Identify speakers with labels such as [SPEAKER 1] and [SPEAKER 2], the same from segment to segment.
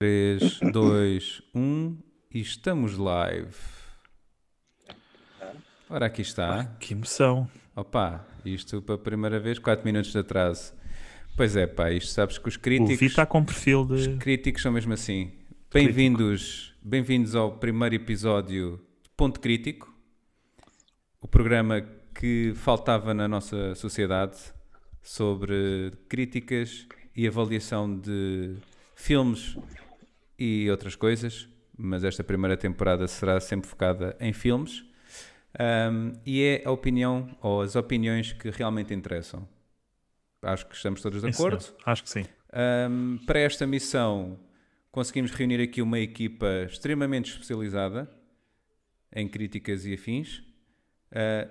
[SPEAKER 1] 3, 2, 1 e estamos live. Ora, aqui está.
[SPEAKER 2] Que emoção.
[SPEAKER 1] Opa, isto para a primeira vez, 4 minutos de atraso. Pois é, pá, isto sabes que os
[SPEAKER 2] O Vi
[SPEAKER 1] críticos,
[SPEAKER 2] está com perfil de.
[SPEAKER 1] os críticos são mesmo assim. Bem-vindos, bem-vindos ao primeiro episódio de Ponto Crítico, o programa que faltava na nossa sociedade sobre críticas e avaliação de filmes e outras coisas, mas esta primeira temporada será sempre focada em filmes. Ahm, e é a opinião ou as opiniões que realmente interessam. Acho que estamos todos de
[SPEAKER 2] Sim, senhor.
[SPEAKER 1] acordo.
[SPEAKER 2] Acho que sim.
[SPEAKER 1] Um, para esta missão, conseguimos reunir aqui uma equipa extremamente especializada em críticas e afins. Uh,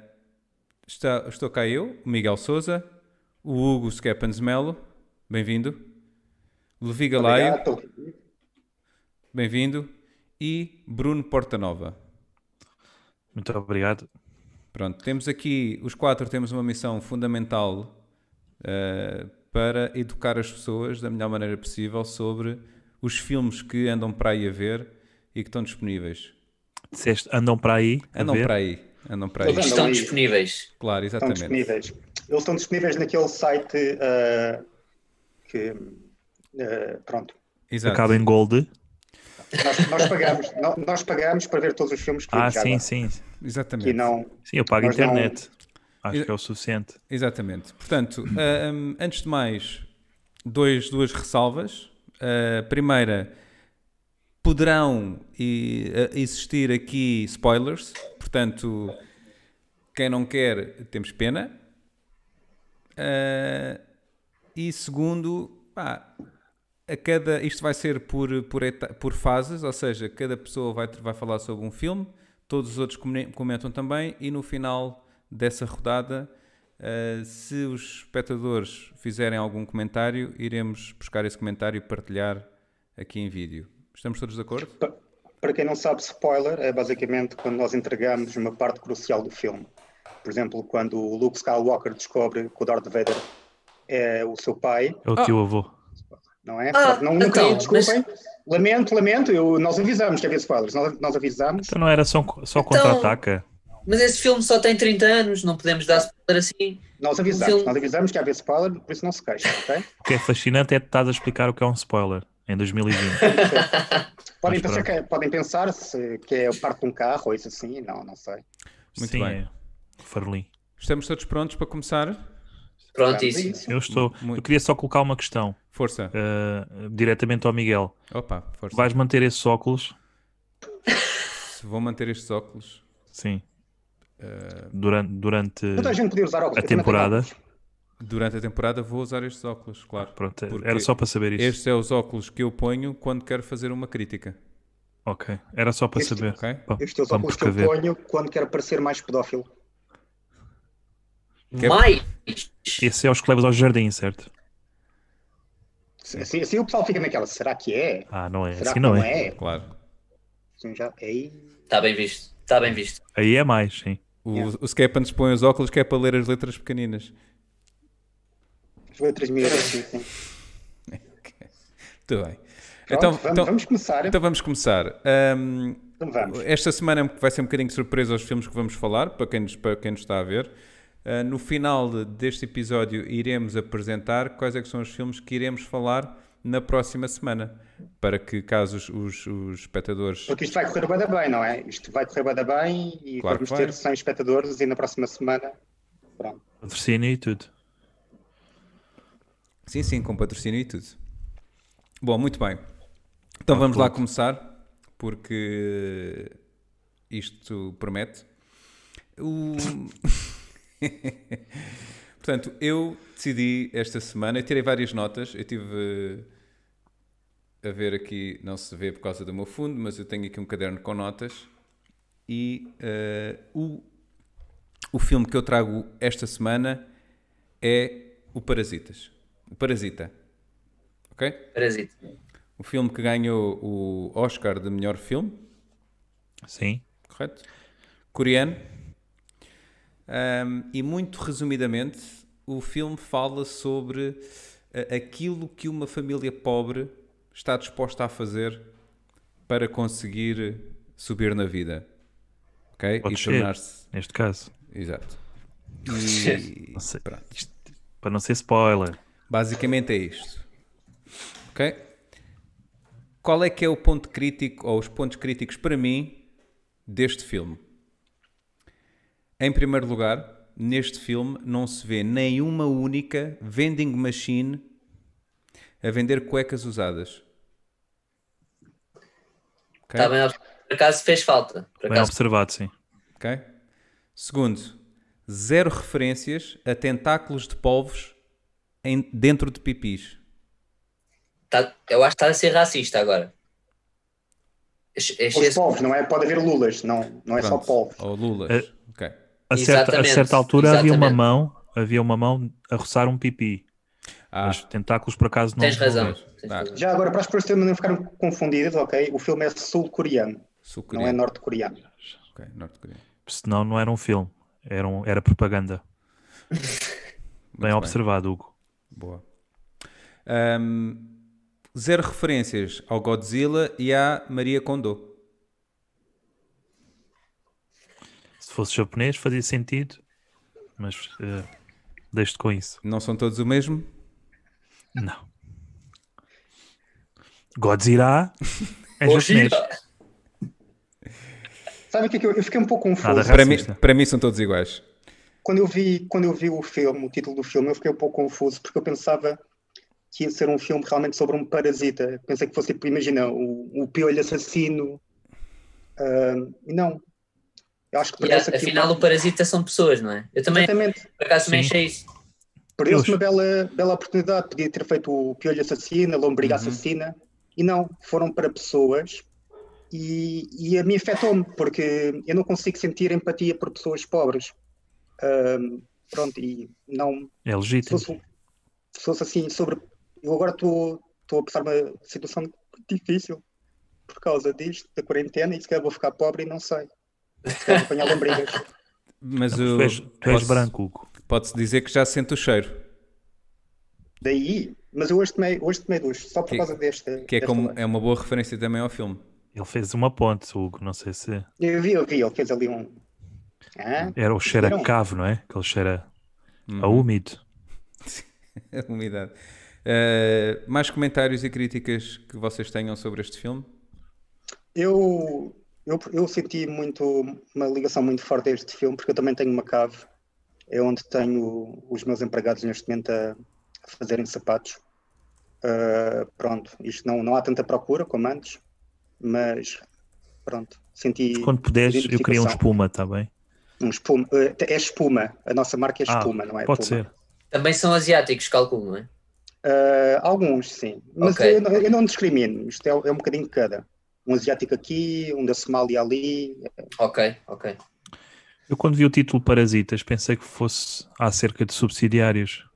[SPEAKER 1] está, estou cá eu, o Miguel Souza, o Hugo Skeppens Melo, bem-vindo. Levi Galaio,
[SPEAKER 3] Obrigado.
[SPEAKER 1] bem-vindo. E Bruno Portanova.
[SPEAKER 2] Muito obrigado.
[SPEAKER 1] Pronto, temos aqui, os quatro temos uma missão fundamental eh, para educar as pessoas da melhor maneira possível sobre os filmes que andam para aí a ver e que estão disponíveis.
[SPEAKER 2] Disseste, andam para aí. a
[SPEAKER 1] Andam
[SPEAKER 2] ver?
[SPEAKER 1] para aí, andam para aí.
[SPEAKER 3] Eles andam
[SPEAKER 4] Estão
[SPEAKER 3] aí.
[SPEAKER 4] disponíveis.
[SPEAKER 1] Claro,
[SPEAKER 3] Estão
[SPEAKER 1] exatamente.
[SPEAKER 3] disponíveis. Eles estão disponíveis naquele site ah, que. ah, pronto.
[SPEAKER 1] Exato.
[SPEAKER 2] Acaba em gold.
[SPEAKER 3] Nós, nós pagamos, nó- nós pagamos para ver todos os filmes que
[SPEAKER 2] Ah,
[SPEAKER 3] já
[SPEAKER 2] sim,
[SPEAKER 3] dá.
[SPEAKER 2] sim.
[SPEAKER 3] Que
[SPEAKER 1] Exatamente.
[SPEAKER 3] não.
[SPEAKER 2] Sim, eu pago
[SPEAKER 3] Nós não-
[SPEAKER 2] internet. Acho
[SPEAKER 1] Eu-
[SPEAKER 2] que é o suficiente.
[SPEAKER 1] Exatamente. Portanto, ahm, antes de mais, dois, duas ressalvas. A primeira, poderão e- a- existir aqui spoilers, portanto, quem não quer, temos pena. Ah, e segundo, pá, a cada, isto vai ser por, por, eta- por fases, ou seja, cada pessoa vai, vai falar sobre um filme, todos os outros comune- comentam também, e no final dessa rodada, ah, se os espectadores fizerem algum comentário, iremos buscar esse comentário e partilhar aqui em vídeo. Estamos todos de acordo?
[SPEAKER 3] pa- Para quem não sabe, spoiler é basicamente quando nós entregamos uma parte crucial do filme. Por exemplo, quando o Luke Skywalker descobre que o Darth Vader é o seu pai,
[SPEAKER 2] É o
[SPEAKER 1] Ah.
[SPEAKER 2] teu avô.
[SPEAKER 3] não é?
[SPEAKER 4] Ah,
[SPEAKER 3] não, não
[SPEAKER 4] então,
[SPEAKER 3] desculpem. Lamento, lamento. Eu, nós avisamos que havia spoilers. Nós, nós avisamos.
[SPEAKER 2] Então não era só, só contra-ataca.
[SPEAKER 4] Mas esse filme só tem 30 anos, não podemos dar spoiler assim.
[SPEAKER 3] Nós avisamos.
[SPEAKER 4] filme-
[SPEAKER 3] Nós avisamos que havia spoiler, por isso não se queixem, ok?
[SPEAKER 2] O que é fascinante é que estás a explicar o que é um spoiler. Em 2020.
[SPEAKER 3] Podem
[SPEAKER 2] Mas
[SPEAKER 3] pensar, que, é- podem pensar se, que é parte de um carro ou isso assim, não, não sei.
[SPEAKER 1] Muito
[SPEAKER 2] Sim,
[SPEAKER 1] bem.
[SPEAKER 2] é. Farlim.
[SPEAKER 1] Estamos todos prontos para começar?
[SPEAKER 4] Prontíssimo.
[SPEAKER 3] Vamos a isso.
[SPEAKER 2] Eu estou.
[SPEAKER 1] Muito.
[SPEAKER 2] Eu queria só colocar uma questão
[SPEAKER 1] Força.
[SPEAKER 2] eh, diretamente ao Miguel.
[SPEAKER 1] Opa, força.
[SPEAKER 2] Vais manter esses óculos?
[SPEAKER 1] Se Vou manter estes óculos.
[SPEAKER 2] Sim.
[SPEAKER 1] Eh,
[SPEAKER 2] Durante. durante...
[SPEAKER 3] Toda a gente podia usar óculos.
[SPEAKER 2] a
[SPEAKER 3] eu também tenho
[SPEAKER 2] temporada.
[SPEAKER 3] óculos.
[SPEAKER 1] Durante a temporada vou usar estes óculos, claro.
[SPEAKER 2] Pronto,
[SPEAKER 1] Porque
[SPEAKER 2] era só para saber isso.
[SPEAKER 1] Estes são os óculos que eu ponho quando quero fazer uma crítica.
[SPEAKER 2] Ok, era só para
[SPEAKER 3] Este- é
[SPEAKER 2] saber.
[SPEAKER 1] Ok?
[SPEAKER 2] Pá,
[SPEAKER 3] Estes são os
[SPEAKER 2] pá,
[SPEAKER 3] óculos que eu
[SPEAKER 2] precaver.
[SPEAKER 3] ponho quando quero parecer mais pedófilo.
[SPEAKER 1] Que é-
[SPEAKER 4] Mais.
[SPEAKER 2] Esse é os que levas ao jardim, certo?
[SPEAKER 3] Assim, assim o pessoal fica naquela, será que é?
[SPEAKER 2] Ah, não é.
[SPEAKER 3] Será
[SPEAKER 2] assim
[SPEAKER 3] que
[SPEAKER 2] não,
[SPEAKER 3] não
[SPEAKER 2] é.
[SPEAKER 3] é?
[SPEAKER 1] Claro.
[SPEAKER 3] Assim, já, aí,
[SPEAKER 4] Está Tá bem visto. Está bem visto.
[SPEAKER 2] Aí é mais, sim.
[SPEAKER 1] O,
[SPEAKER 3] Yeah.
[SPEAKER 1] o Skeppans põe os óculos que é para ler as letras pequeninas.
[SPEAKER 3] as letras miúdas, assim, assim.
[SPEAKER 1] Tudo bem.
[SPEAKER 3] Pronto,
[SPEAKER 1] então,
[SPEAKER 3] vamos,
[SPEAKER 1] então,
[SPEAKER 3] vamos começar.
[SPEAKER 1] então vamos começar. Ahm,
[SPEAKER 3] Então vamos.
[SPEAKER 1] Esta semana vai ser um bocadinho de surpresa aos filmes que vamos falar, para quem nos, para quem nos está a ver. Ah, no final de- deste episódio iremos apresentar quais é que são os filmes que iremos falar na próxima semana, para que caso os, os- os espectadores...
[SPEAKER 3] Porque isto vai correr bada bem, não é? Isto vai correr bada bem e
[SPEAKER 1] Claro
[SPEAKER 3] vamos
[SPEAKER 1] que vai.
[SPEAKER 3] ter 100 espectadores e na próxima semana. Pronto.
[SPEAKER 2] Patrocínio e tudo.
[SPEAKER 1] Sim, sim, com patrocínio e tudo. Bom, muito bem. Então vamos lá começar, porque isto promete. O- Portanto, eu decidi esta semana, eu tirei várias notas, eu tive eh, a ver aqui, não se vê por causa do meu fundo, mas eu tenho aqui um caderno com notas e eh, o, o filme que eu trago esta semana é o Parasitas. O Parasita. Ok?
[SPEAKER 4] Parasita.
[SPEAKER 1] O filme que ganhou o Oscar de melhor filme,
[SPEAKER 2] Sim.
[SPEAKER 1] correto? Coreano. Ahm, e muito resumidamente, eh, o filme fala sobre ah, aquilo que uma família pobre está disposta a fazer para conseguir eh, subir na vida? Ok?
[SPEAKER 2] Pode
[SPEAKER 1] e
[SPEAKER 2] ser.
[SPEAKER 1] tornar-se.
[SPEAKER 2] neste caso.
[SPEAKER 1] Exato. E,
[SPEAKER 2] Não sei.
[SPEAKER 1] pronto.
[SPEAKER 2] Isto- para não ser spoiler.
[SPEAKER 1] Basicamente é isto. Ok? Qual é que é o ponto crítico, ou os pontos críticos para mim, deste filme? Em primeiro lugar, neste filme não se vê nenhuma única vending machine a vender cuecas usadas. Ok?
[SPEAKER 4] Está Tá bem, por acaso fez falta. Por
[SPEAKER 2] Bem
[SPEAKER 4] acaso,
[SPEAKER 2] observado, sim.
[SPEAKER 1] Ok? Segundo, zero referências a tentáculos de polvos em- dentro de pipis.
[SPEAKER 4] tá- eu acho que está a ser racista agora. Ex- ex-
[SPEAKER 3] Os
[SPEAKER 4] ex-
[SPEAKER 3] povos, não é? Pode haver lulas, não, não é só
[SPEAKER 1] Pronto.
[SPEAKER 3] povos.
[SPEAKER 1] Ou Lulas.
[SPEAKER 2] Eh,
[SPEAKER 1] Ok.
[SPEAKER 2] A certa, a
[SPEAKER 4] Exatamente,
[SPEAKER 2] certa altura havia uma
[SPEAKER 4] exatamente.
[SPEAKER 2] mão, havia uma mão a roçar um pipi.
[SPEAKER 1] Ah,
[SPEAKER 2] Mas tentáculos por acaso não.
[SPEAKER 4] Tens
[SPEAKER 2] não
[SPEAKER 4] razão.
[SPEAKER 2] vejo.
[SPEAKER 4] Tens
[SPEAKER 1] Tá.
[SPEAKER 4] razão.
[SPEAKER 3] Já agora, para as pessoas também não ficarem confundidas, ok? O filme é sul-coreano, não é
[SPEAKER 1] sul-coreano.
[SPEAKER 3] norte-coreano.
[SPEAKER 1] Ok, norte-coreano.
[SPEAKER 2] Senão não era um filme. Era, um- era propaganda. Bem
[SPEAKER 1] bem.
[SPEAKER 2] observado, Hugo.
[SPEAKER 1] Boa. Ahm, zero referências ao Godzilla e à Maria Kondo.
[SPEAKER 2] Se fosse japonês fazia sentido, mas eh, deixo-te com isso.
[SPEAKER 1] Não são todos o mesmo?
[SPEAKER 2] Não. Godzilla é
[SPEAKER 4] Hoje-
[SPEAKER 2] japonês.
[SPEAKER 3] Sabe o que é que eu, eu fiquei um pouco confuso?
[SPEAKER 2] Nada
[SPEAKER 1] Para mim,
[SPEAKER 2] Racista.
[SPEAKER 1] para mim são todos iguais.
[SPEAKER 3] Quando eu, vi, quando eu vi o filme, o título do filme, eu fiquei um pouco confuso, porque eu pensava que ia ser um filme realmente sobre um parasita. Pensei que fosse, tipo, imagina, o, o piolho assassino. Ah, e não. Eu acho que
[SPEAKER 4] E a-
[SPEAKER 3] perdeu-se aqui
[SPEAKER 4] afinal,
[SPEAKER 3] uma-
[SPEAKER 4] o parasita são pessoas, não é? Eu também,
[SPEAKER 3] Exatamente.
[SPEAKER 4] por acaso, também
[SPEAKER 2] Sim.
[SPEAKER 4] achei isso.
[SPEAKER 3] Perdeu-se
[SPEAKER 2] Eu-
[SPEAKER 3] uma bela, bela oportunidade. Podia ter feito o piolho assassino, a lombriga
[SPEAKER 1] Uhum.
[SPEAKER 3] assassina. E não, foram para pessoas. E, e a mim afetou-me, porque eu não consigo sentir empatia por pessoas pobres. Ah, pronto, e não,
[SPEAKER 2] É
[SPEAKER 3] se
[SPEAKER 2] legítimo.
[SPEAKER 3] fosse, se fosse assim sobre. Eu agora estou a passar uma situação difícil por causa disto, da quarentena, e se calhar vou ficar pobre e não sei. Se calhar vou apanhar lombrigas.
[SPEAKER 1] Mas o,
[SPEAKER 2] Tu és, tu és
[SPEAKER 1] posso-
[SPEAKER 2] branco, Hugo.
[SPEAKER 1] Pode-se dizer que já sente o cheiro.
[SPEAKER 3] Daí, mas eu hoje tomei, hoje tomei duas, só por
[SPEAKER 1] Que-
[SPEAKER 3] causa desta.
[SPEAKER 1] Que é,
[SPEAKER 3] desta
[SPEAKER 1] como,
[SPEAKER 3] live.
[SPEAKER 1] é uma boa referência também ao filme.
[SPEAKER 2] Ele fez uma ponte, Hugo. Não sei se.
[SPEAKER 3] Eu vi, eu vi, ele fez ali um. Hã?
[SPEAKER 2] Era o cheiro
[SPEAKER 3] Não.
[SPEAKER 2] a cavo, não é? Aquele cheiro a, a úmido.
[SPEAKER 1] A umidade. Ah, mais comentários e críticas que vocês tenham sobre este filme?
[SPEAKER 3] Eu, eu, eu senti muito uma ligação muito forte a este filme, porque eu também tenho uma cave, é onde tenho os meus empregados neste momento a, a fazerem sapatos. Ah, pronto, isto não, não há tanta procura como antes, mas pronto, senti
[SPEAKER 2] Quando puderes, eu queria um
[SPEAKER 3] identificação.
[SPEAKER 2] espuma, está bem?
[SPEAKER 3] um espuma. eh, É espuma, a nossa marca é espuma, não é?
[SPEAKER 2] Ah, pode
[SPEAKER 3] puma.
[SPEAKER 2] ser.
[SPEAKER 4] Também são asiáticos, calculo, não é?
[SPEAKER 3] Ah, alguns, sim. Mas
[SPEAKER 4] Ok.
[SPEAKER 3] eu, não- eu não discrimino, isto é, é um bocadinho de cada. Um asiático aqui, um da Somália ali,
[SPEAKER 4] Ok, ok.
[SPEAKER 2] Eu, quando vi o título Parasitas, pensei que fosse acerca de subsidiários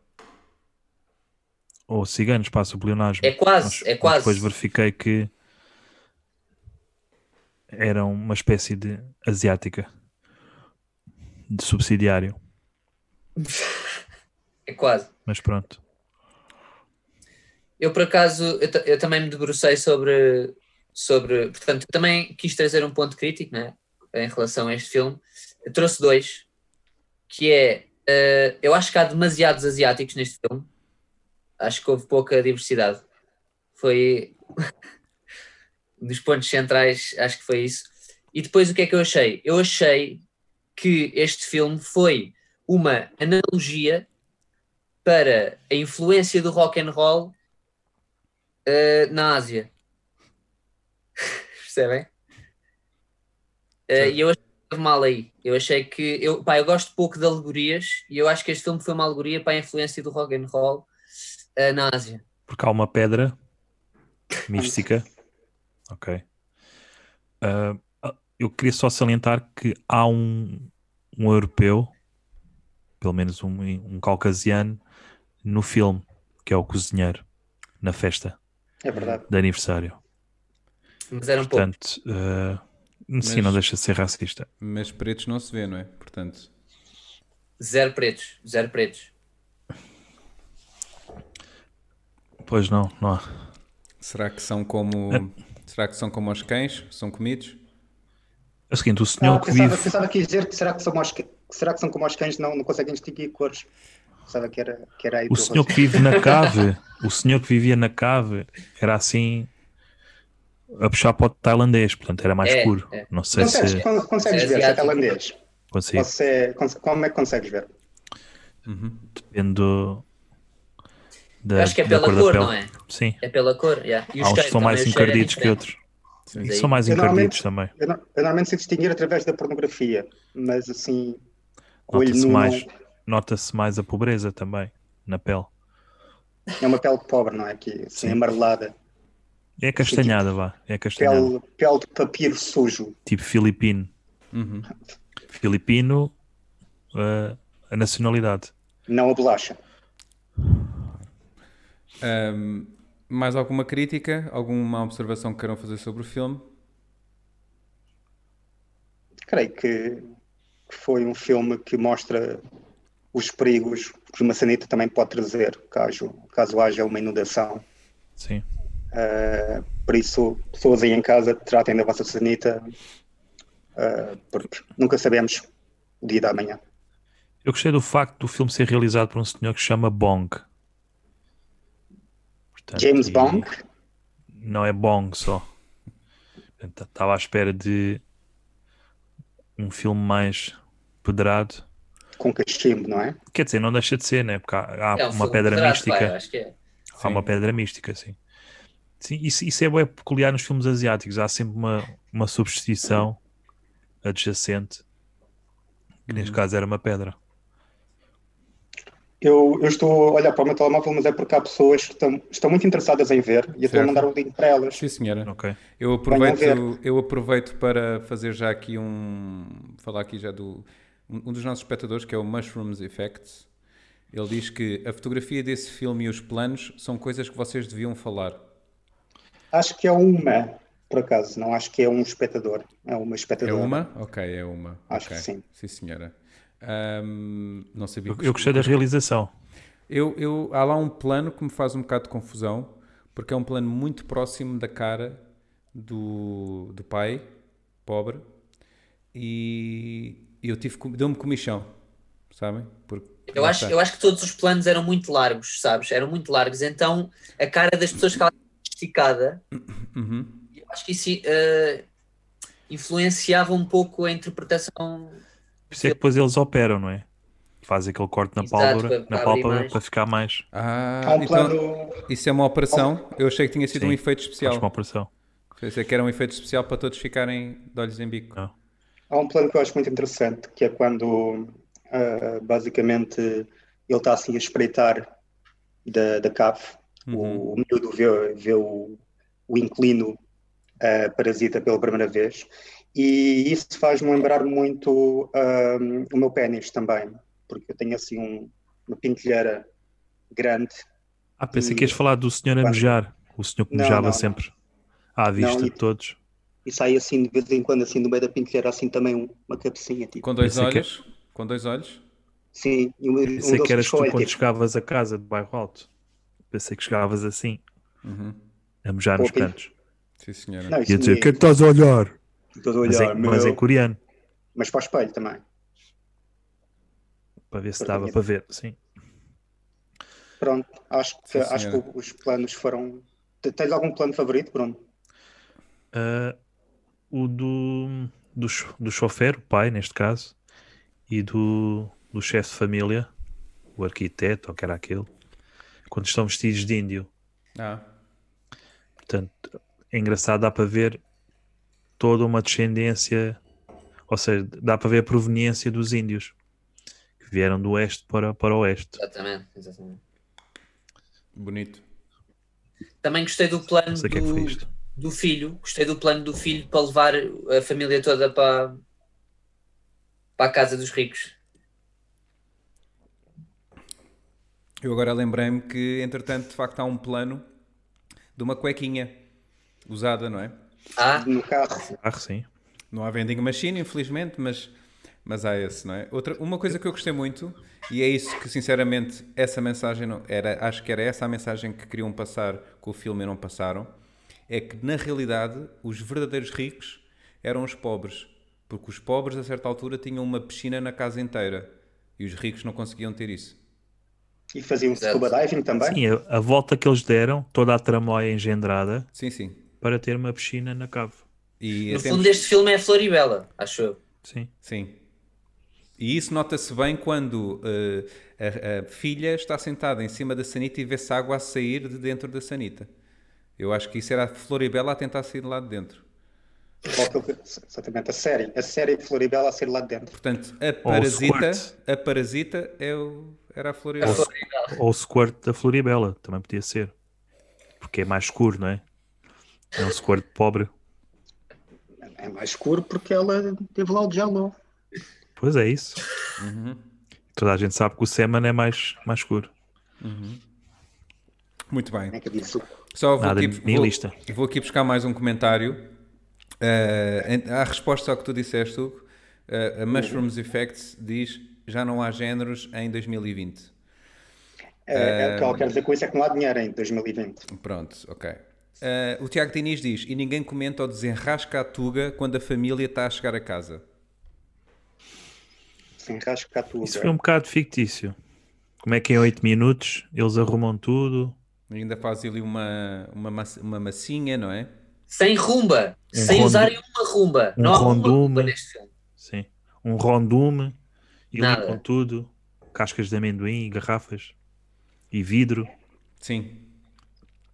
[SPEAKER 2] ou ciganos para o pleonasmo.
[SPEAKER 4] É quase,
[SPEAKER 2] Mas-
[SPEAKER 4] é
[SPEAKER 2] mas
[SPEAKER 4] quase.
[SPEAKER 2] Depois verifiquei que era uma espécie de asiática de subsidiário.
[SPEAKER 4] É quase.
[SPEAKER 2] Mas pronto,
[SPEAKER 4] Eu, por acaso, eu, ta- eu também me debrucei sobre, sobre. Portanto, eu também quis trazer um ponto crítico né, em relação a este filme. Eu trouxe dois, que é. eh, eu acho que há demasiados asiáticos neste filme. Acho que houve pouca diversidade. Foi. um dos pontos centrais, acho que foi isso. E depois o que é que eu achei? Eu achei que este filme foi uma analogia para a influência do rock and roll eh, na Ásia. Percebem? Eh,
[SPEAKER 1] Certo.
[SPEAKER 4] e eu achei que teve mal aí. Eu achei que. Eu, pá, eu gosto pouco de alegorias e eu acho que este filme foi uma alegoria para a influência do rock and roll eh, na Ásia.
[SPEAKER 2] porque há uma pedra mística. Ok. Ah, ah, eu queria só salientar que há um, um europeu, pelo menos um, um caucasiano, no filme, que é o cozinheiro, na festa
[SPEAKER 3] é verdade.
[SPEAKER 2] de aniversário.
[SPEAKER 4] Mas era um pouco.
[SPEAKER 2] Portanto, ah, sim, não
[SPEAKER 1] Mas-
[SPEAKER 2] deixa de ser racista.
[SPEAKER 1] Mas pretos não se vê, não é? Portanto,
[SPEAKER 4] Zero pretos, zero pretos.
[SPEAKER 2] Pois não, não há.
[SPEAKER 1] Será que são como. Será que são como os cães? São comidos?
[SPEAKER 2] É o seguinte, o senhor
[SPEAKER 3] Ah,
[SPEAKER 2] que
[SPEAKER 3] pensava,
[SPEAKER 2] vive.
[SPEAKER 3] pensava que ia dizer que será que, são os, que será que são como os cães não, não conseguem distinguir cores. Pensava que era, que era aí
[SPEAKER 2] O
[SPEAKER 3] teu
[SPEAKER 2] senhor que vive na cave, o senhor que vivia na cave era assim a puxar para o tailandês, portanto era mais
[SPEAKER 4] É,
[SPEAKER 2] escuro.
[SPEAKER 4] é.
[SPEAKER 2] Não sei
[SPEAKER 3] raciocínio.
[SPEAKER 2] se
[SPEAKER 3] Consegues, con- consegues
[SPEAKER 4] se
[SPEAKER 3] ver,
[SPEAKER 4] é
[SPEAKER 3] se é
[SPEAKER 4] asiático.
[SPEAKER 3] tailandês.
[SPEAKER 2] consigo.
[SPEAKER 3] Você, cons- como é que consegues ver?
[SPEAKER 2] Depende do- da,
[SPEAKER 4] Eu acho que é
[SPEAKER 2] da
[SPEAKER 4] pela
[SPEAKER 2] cor,
[SPEAKER 4] cor,
[SPEAKER 2] da pele.
[SPEAKER 4] não é?
[SPEAKER 2] Sim.
[SPEAKER 4] É pela cor, yeah. E
[SPEAKER 2] Há uns
[SPEAKER 4] cheiros
[SPEAKER 2] que são
[SPEAKER 4] também,
[SPEAKER 2] mais
[SPEAKER 4] o cheiro é
[SPEAKER 2] encardidos que
[SPEAKER 4] diferente.
[SPEAKER 2] outros.
[SPEAKER 4] Mas
[SPEAKER 2] E
[SPEAKER 4] aí-
[SPEAKER 2] são mais
[SPEAKER 3] Eu
[SPEAKER 2] encardidos
[SPEAKER 3] normalmente-
[SPEAKER 2] também.
[SPEAKER 3] Eu, no- eu normalmente sei distinguir através da pornografia, mas assim, o olho
[SPEAKER 2] Nota-se
[SPEAKER 3] nu
[SPEAKER 2] mais,
[SPEAKER 3] não-
[SPEAKER 2] nota-se mais a pobreza também na pele.
[SPEAKER 3] é uma pele pobre, não é? Aqui, assim,
[SPEAKER 2] Sim.
[SPEAKER 3] amarelada.
[SPEAKER 2] É castanhada, vá. É castanhada.
[SPEAKER 3] Pele, pele de papiro sujo.
[SPEAKER 2] Tipo filipino.
[SPEAKER 1] Uhum.
[SPEAKER 2] Filipino, eh, a nacionalidade.
[SPEAKER 3] Não a bolacha.
[SPEAKER 1] Ahm, mais alguma crítica? Alguma observação que queiram fazer sobre o filme?
[SPEAKER 3] Creio que, que foi um filme que mostra os perigos que uma sanita também pode trazer, caso, caso haja uma inundação.
[SPEAKER 2] Sim.
[SPEAKER 3] Uh, por isso, pessoas aí em casa, tratem da vossa sanita, uh, porque nunca sabemos o dia da manhã.
[SPEAKER 2] Eu gostei do facto do filme ser realizado por um senhor que se chama Bong. Portanto,
[SPEAKER 3] James
[SPEAKER 2] e-
[SPEAKER 3] Bond,
[SPEAKER 2] Não é Bong só. Estava à espera de um filme mais pedrado.
[SPEAKER 3] com cachimbo, não é?
[SPEAKER 2] Quer dizer, não deixa de ser, né? Porque há, há
[SPEAKER 4] É um
[SPEAKER 2] uma
[SPEAKER 4] filme
[SPEAKER 2] pedra
[SPEAKER 4] quadrado,
[SPEAKER 2] mística.
[SPEAKER 4] pá, eu acho que é.
[SPEAKER 2] Há uma pedra mística, sim. Sim, isso, isso é bué peculiar nos filmes asiáticos. Há sempre uma, uma substituição adjacente, que neste
[SPEAKER 3] Hum.
[SPEAKER 2] caso era uma pedra.
[SPEAKER 3] Eu, eu estou a olhar para o meu telemóvel, mas é porque há pessoas que estão, estão muito interessadas em ver e eu estou a
[SPEAKER 1] Certo.
[SPEAKER 3] mandar um link para elas.
[SPEAKER 1] Sim, senhora.
[SPEAKER 2] Ok.
[SPEAKER 1] Eu aproveito,
[SPEAKER 3] Venham
[SPEAKER 1] eu aproveito para fazer já aqui um. falar aqui já do. um um dos nossos espectadores, que é o Mushrooms Effect. Ele diz que a fotografia desse filme e os planos são coisas que vocês deviam falar.
[SPEAKER 3] Acho que é uma, por acaso, não acho que é um espectador. É
[SPEAKER 1] É
[SPEAKER 3] uma espectadora.
[SPEAKER 1] uma? Ok, é uma.
[SPEAKER 3] Acho
[SPEAKER 1] Ok.
[SPEAKER 3] que sim.
[SPEAKER 1] Sim, senhora. Ahm, não sabia
[SPEAKER 2] Eu, eu gostei da realização.
[SPEAKER 1] Eu, eu- há lá um plano que me faz um bocado de confusão, porque é um plano muito próximo da cara do, do pai, pobre, e eu tive, co- deu-me comichão, sabem? Porque,
[SPEAKER 4] Eu
[SPEAKER 1] lá
[SPEAKER 4] acho,
[SPEAKER 1] está.
[SPEAKER 4] eu acho que todos os planos eram muito largos, sabes? Eram muito largos. Então a cara das pessoas ficava esticada.
[SPEAKER 1] Uhum.
[SPEAKER 4] E Eu acho que isso eh, influenciava um pouco a interpretação.
[SPEAKER 2] Por isso é que depois eles operam, não é? Fazem aquele corte na
[SPEAKER 4] Exato,
[SPEAKER 2] pálpebra,
[SPEAKER 4] para- para
[SPEAKER 2] na
[SPEAKER 4] abrir
[SPEAKER 2] pálpebra
[SPEAKER 4] mais.
[SPEAKER 2] para ficar mais.
[SPEAKER 1] Ah,
[SPEAKER 3] Há um
[SPEAKER 1] então,
[SPEAKER 3] plano.
[SPEAKER 1] isso é uma operação? Eu achei que tinha sido
[SPEAKER 2] Sim,
[SPEAKER 1] um efeito
[SPEAKER 2] Faz uma
[SPEAKER 1] especial.
[SPEAKER 2] operação.
[SPEAKER 1] Pensei que era um efeito especial para todos ficarem de olhos em bico.
[SPEAKER 2] Não.
[SPEAKER 3] Há um plano que eu acho muito interessante, que é quando ah, basicamente ele está assim a espreitar da, da cave.
[SPEAKER 1] Uhum.
[SPEAKER 2] Uhum.
[SPEAKER 3] O, o miúdo vê, vê o, o inclino ah, parasita pela primeira vez. E isso faz-me lembrar muito ah, o meu pênis também, porque eu tenho assim um- uma pintilheira grande.
[SPEAKER 2] Ah, pensei
[SPEAKER 3] E-
[SPEAKER 2] que ias falar do senhor a
[SPEAKER 3] Hum. Claro.
[SPEAKER 2] mejar. O senhor que
[SPEAKER 3] Não,
[SPEAKER 2] mejava
[SPEAKER 3] não, não.
[SPEAKER 2] sempre à vista
[SPEAKER 3] Não,
[SPEAKER 2] de
[SPEAKER 3] e-
[SPEAKER 2] todos.
[SPEAKER 3] E sai assim de vez em quando, assim no meio da pintilheira, assim também um- uma cabecinha. Tipo.
[SPEAKER 1] Com dois
[SPEAKER 2] Pensei que- é.
[SPEAKER 1] olhos? Com dois olhos?
[SPEAKER 3] Sim, e um, um
[SPEAKER 2] Pensei
[SPEAKER 3] doce
[SPEAKER 2] que eras tu
[SPEAKER 3] biscoito,
[SPEAKER 2] quando
[SPEAKER 3] tipo,
[SPEAKER 2] chegavas a casa de bairro alto. Pensei que chegavas assim,
[SPEAKER 1] Uhum.
[SPEAKER 2] a mejar nos
[SPEAKER 3] Pouco.
[SPEAKER 2] cantos.
[SPEAKER 1] Sim, senhora.
[SPEAKER 3] não, isso
[SPEAKER 2] Ia dizer, o
[SPEAKER 3] ninguém-
[SPEAKER 2] que é que estás a olhar?
[SPEAKER 3] Todo
[SPEAKER 2] Mas é,
[SPEAKER 3] olhar, meu,
[SPEAKER 2] mas é coreano,
[SPEAKER 3] mas para o espelho também.
[SPEAKER 2] para ver se
[SPEAKER 3] Para
[SPEAKER 2] dava
[SPEAKER 3] É coreano.
[SPEAKER 2] para ver, sim.
[SPEAKER 3] Pronto, acho que,
[SPEAKER 1] Sim,
[SPEAKER 3] acho
[SPEAKER 1] senhora.
[SPEAKER 3] que os planos foram. T- Tens algum plano favorito, Bruno?
[SPEAKER 2] Ah, o do, do, cho- do chofer, o pai, neste caso, e do, do chefe de família, o arquiteto, ou que era aquele, quando estão vestidos de índio.
[SPEAKER 1] Ah,
[SPEAKER 2] Portanto, é engraçado, dá para ver toda uma descendência, ou seja, dá para ver a proveniência dos índios que vieram do oeste para, para o oeste.
[SPEAKER 4] Exatamente, exatamente.
[SPEAKER 1] bonito.
[SPEAKER 4] Também gostei do plano
[SPEAKER 2] Não sei o
[SPEAKER 4] do,
[SPEAKER 2] que é que foi isto.
[SPEAKER 4] do filho. Gostei do plano do filho para levar a família toda para, para a casa dos ricos.
[SPEAKER 1] Eu agora lembrei-me que, entretanto, de facto há um plano de uma cuequinha usada, não é?
[SPEAKER 4] Ah,
[SPEAKER 3] No carro,
[SPEAKER 2] Ah, sim.
[SPEAKER 1] Não há vending machine, infelizmente, mas Mas há esse, não é? Outra, uma coisa que eu gostei muito, e é isso que sinceramente essa mensagem não, era, acho que era essa a mensagem que queriam passar com o filme e não passaram, é que na realidade os verdadeiros ricos eram os pobres, porque os pobres a certa altura tinham uma piscina na casa inteira e os ricos não conseguiam ter isso.
[SPEAKER 3] E faziam
[SPEAKER 4] Exato.
[SPEAKER 3] scuba diving também.
[SPEAKER 2] Sim, a, a volta que eles deram, toda a tramóia engendrada,
[SPEAKER 1] Sim, sim.
[SPEAKER 2] para ter uma piscina na cave.
[SPEAKER 1] E
[SPEAKER 4] No
[SPEAKER 1] até-
[SPEAKER 4] fundo, este filme é Floribela, acho eu.
[SPEAKER 2] Sim.
[SPEAKER 1] Sim. E isso nota-se bem quando eh, a, a filha está sentada em cima da sanita e vê-se água a sair de dentro da sanita. Eu acho que isso era a Floribela a tentar sair de lá de dentro.
[SPEAKER 3] Ou aquele- Exatamente, a série. A série de Floribela a sair lá de dentro.
[SPEAKER 1] Portanto, a
[SPEAKER 2] Ou o
[SPEAKER 1] parasita,
[SPEAKER 2] squirt.
[SPEAKER 1] a parasita é o, era a
[SPEAKER 4] A
[SPEAKER 1] Floribela.
[SPEAKER 4] Floribela.
[SPEAKER 2] Ou o squirt da Floribela, também podia ser. Porque é mais escuro, não é? É um squirt pobre.
[SPEAKER 3] É mais escuro porque ela teve lá o gelo.
[SPEAKER 2] Pois é isso.
[SPEAKER 1] Uhum,
[SPEAKER 2] Toda a gente sabe que o Seman é mais, mais escuro.
[SPEAKER 1] uhum. Muito bem.
[SPEAKER 3] Como é que eu disse?
[SPEAKER 1] Só vou
[SPEAKER 2] Nada
[SPEAKER 1] aqui,
[SPEAKER 2] de minha
[SPEAKER 1] vou-
[SPEAKER 2] lista.
[SPEAKER 1] vou aqui buscar mais um comentário. Uh, a resposta ao que tu disseste, Hugo, uh, a Mushrooms Effects diz já não há géneros em 2020.
[SPEAKER 3] É, é, o que ela quer dizer com isso é que não há dinheiro em 2020.
[SPEAKER 1] Pronto, ok. Uh, o Tiago Diniz diz: e ninguém comenta ou desenrasca a tuga quando a família está a chegar a casa.
[SPEAKER 3] Sem rasgo cá tudo.
[SPEAKER 2] Isso foi um bocado fictício. Como é que em 8 minutos eles arrumam tudo?
[SPEAKER 1] E ainda faz ali uma, uma, maci- uma massinha, não é?
[SPEAKER 4] Sem rumba. sem
[SPEAKER 2] rondo-
[SPEAKER 4] usarem uma rumba.
[SPEAKER 2] um
[SPEAKER 4] Não há uma rumba
[SPEAKER 2] rondume.
[SPEAKER 4] neste filme.
[SPEAKER 2] Sim. Um rondume e
[SPEAKER 4] Nada.
[SPEAKER 2] limpam tudo. Cascas de amendoim e garrafas. E vidro.
[SPEAKER 1] Sim.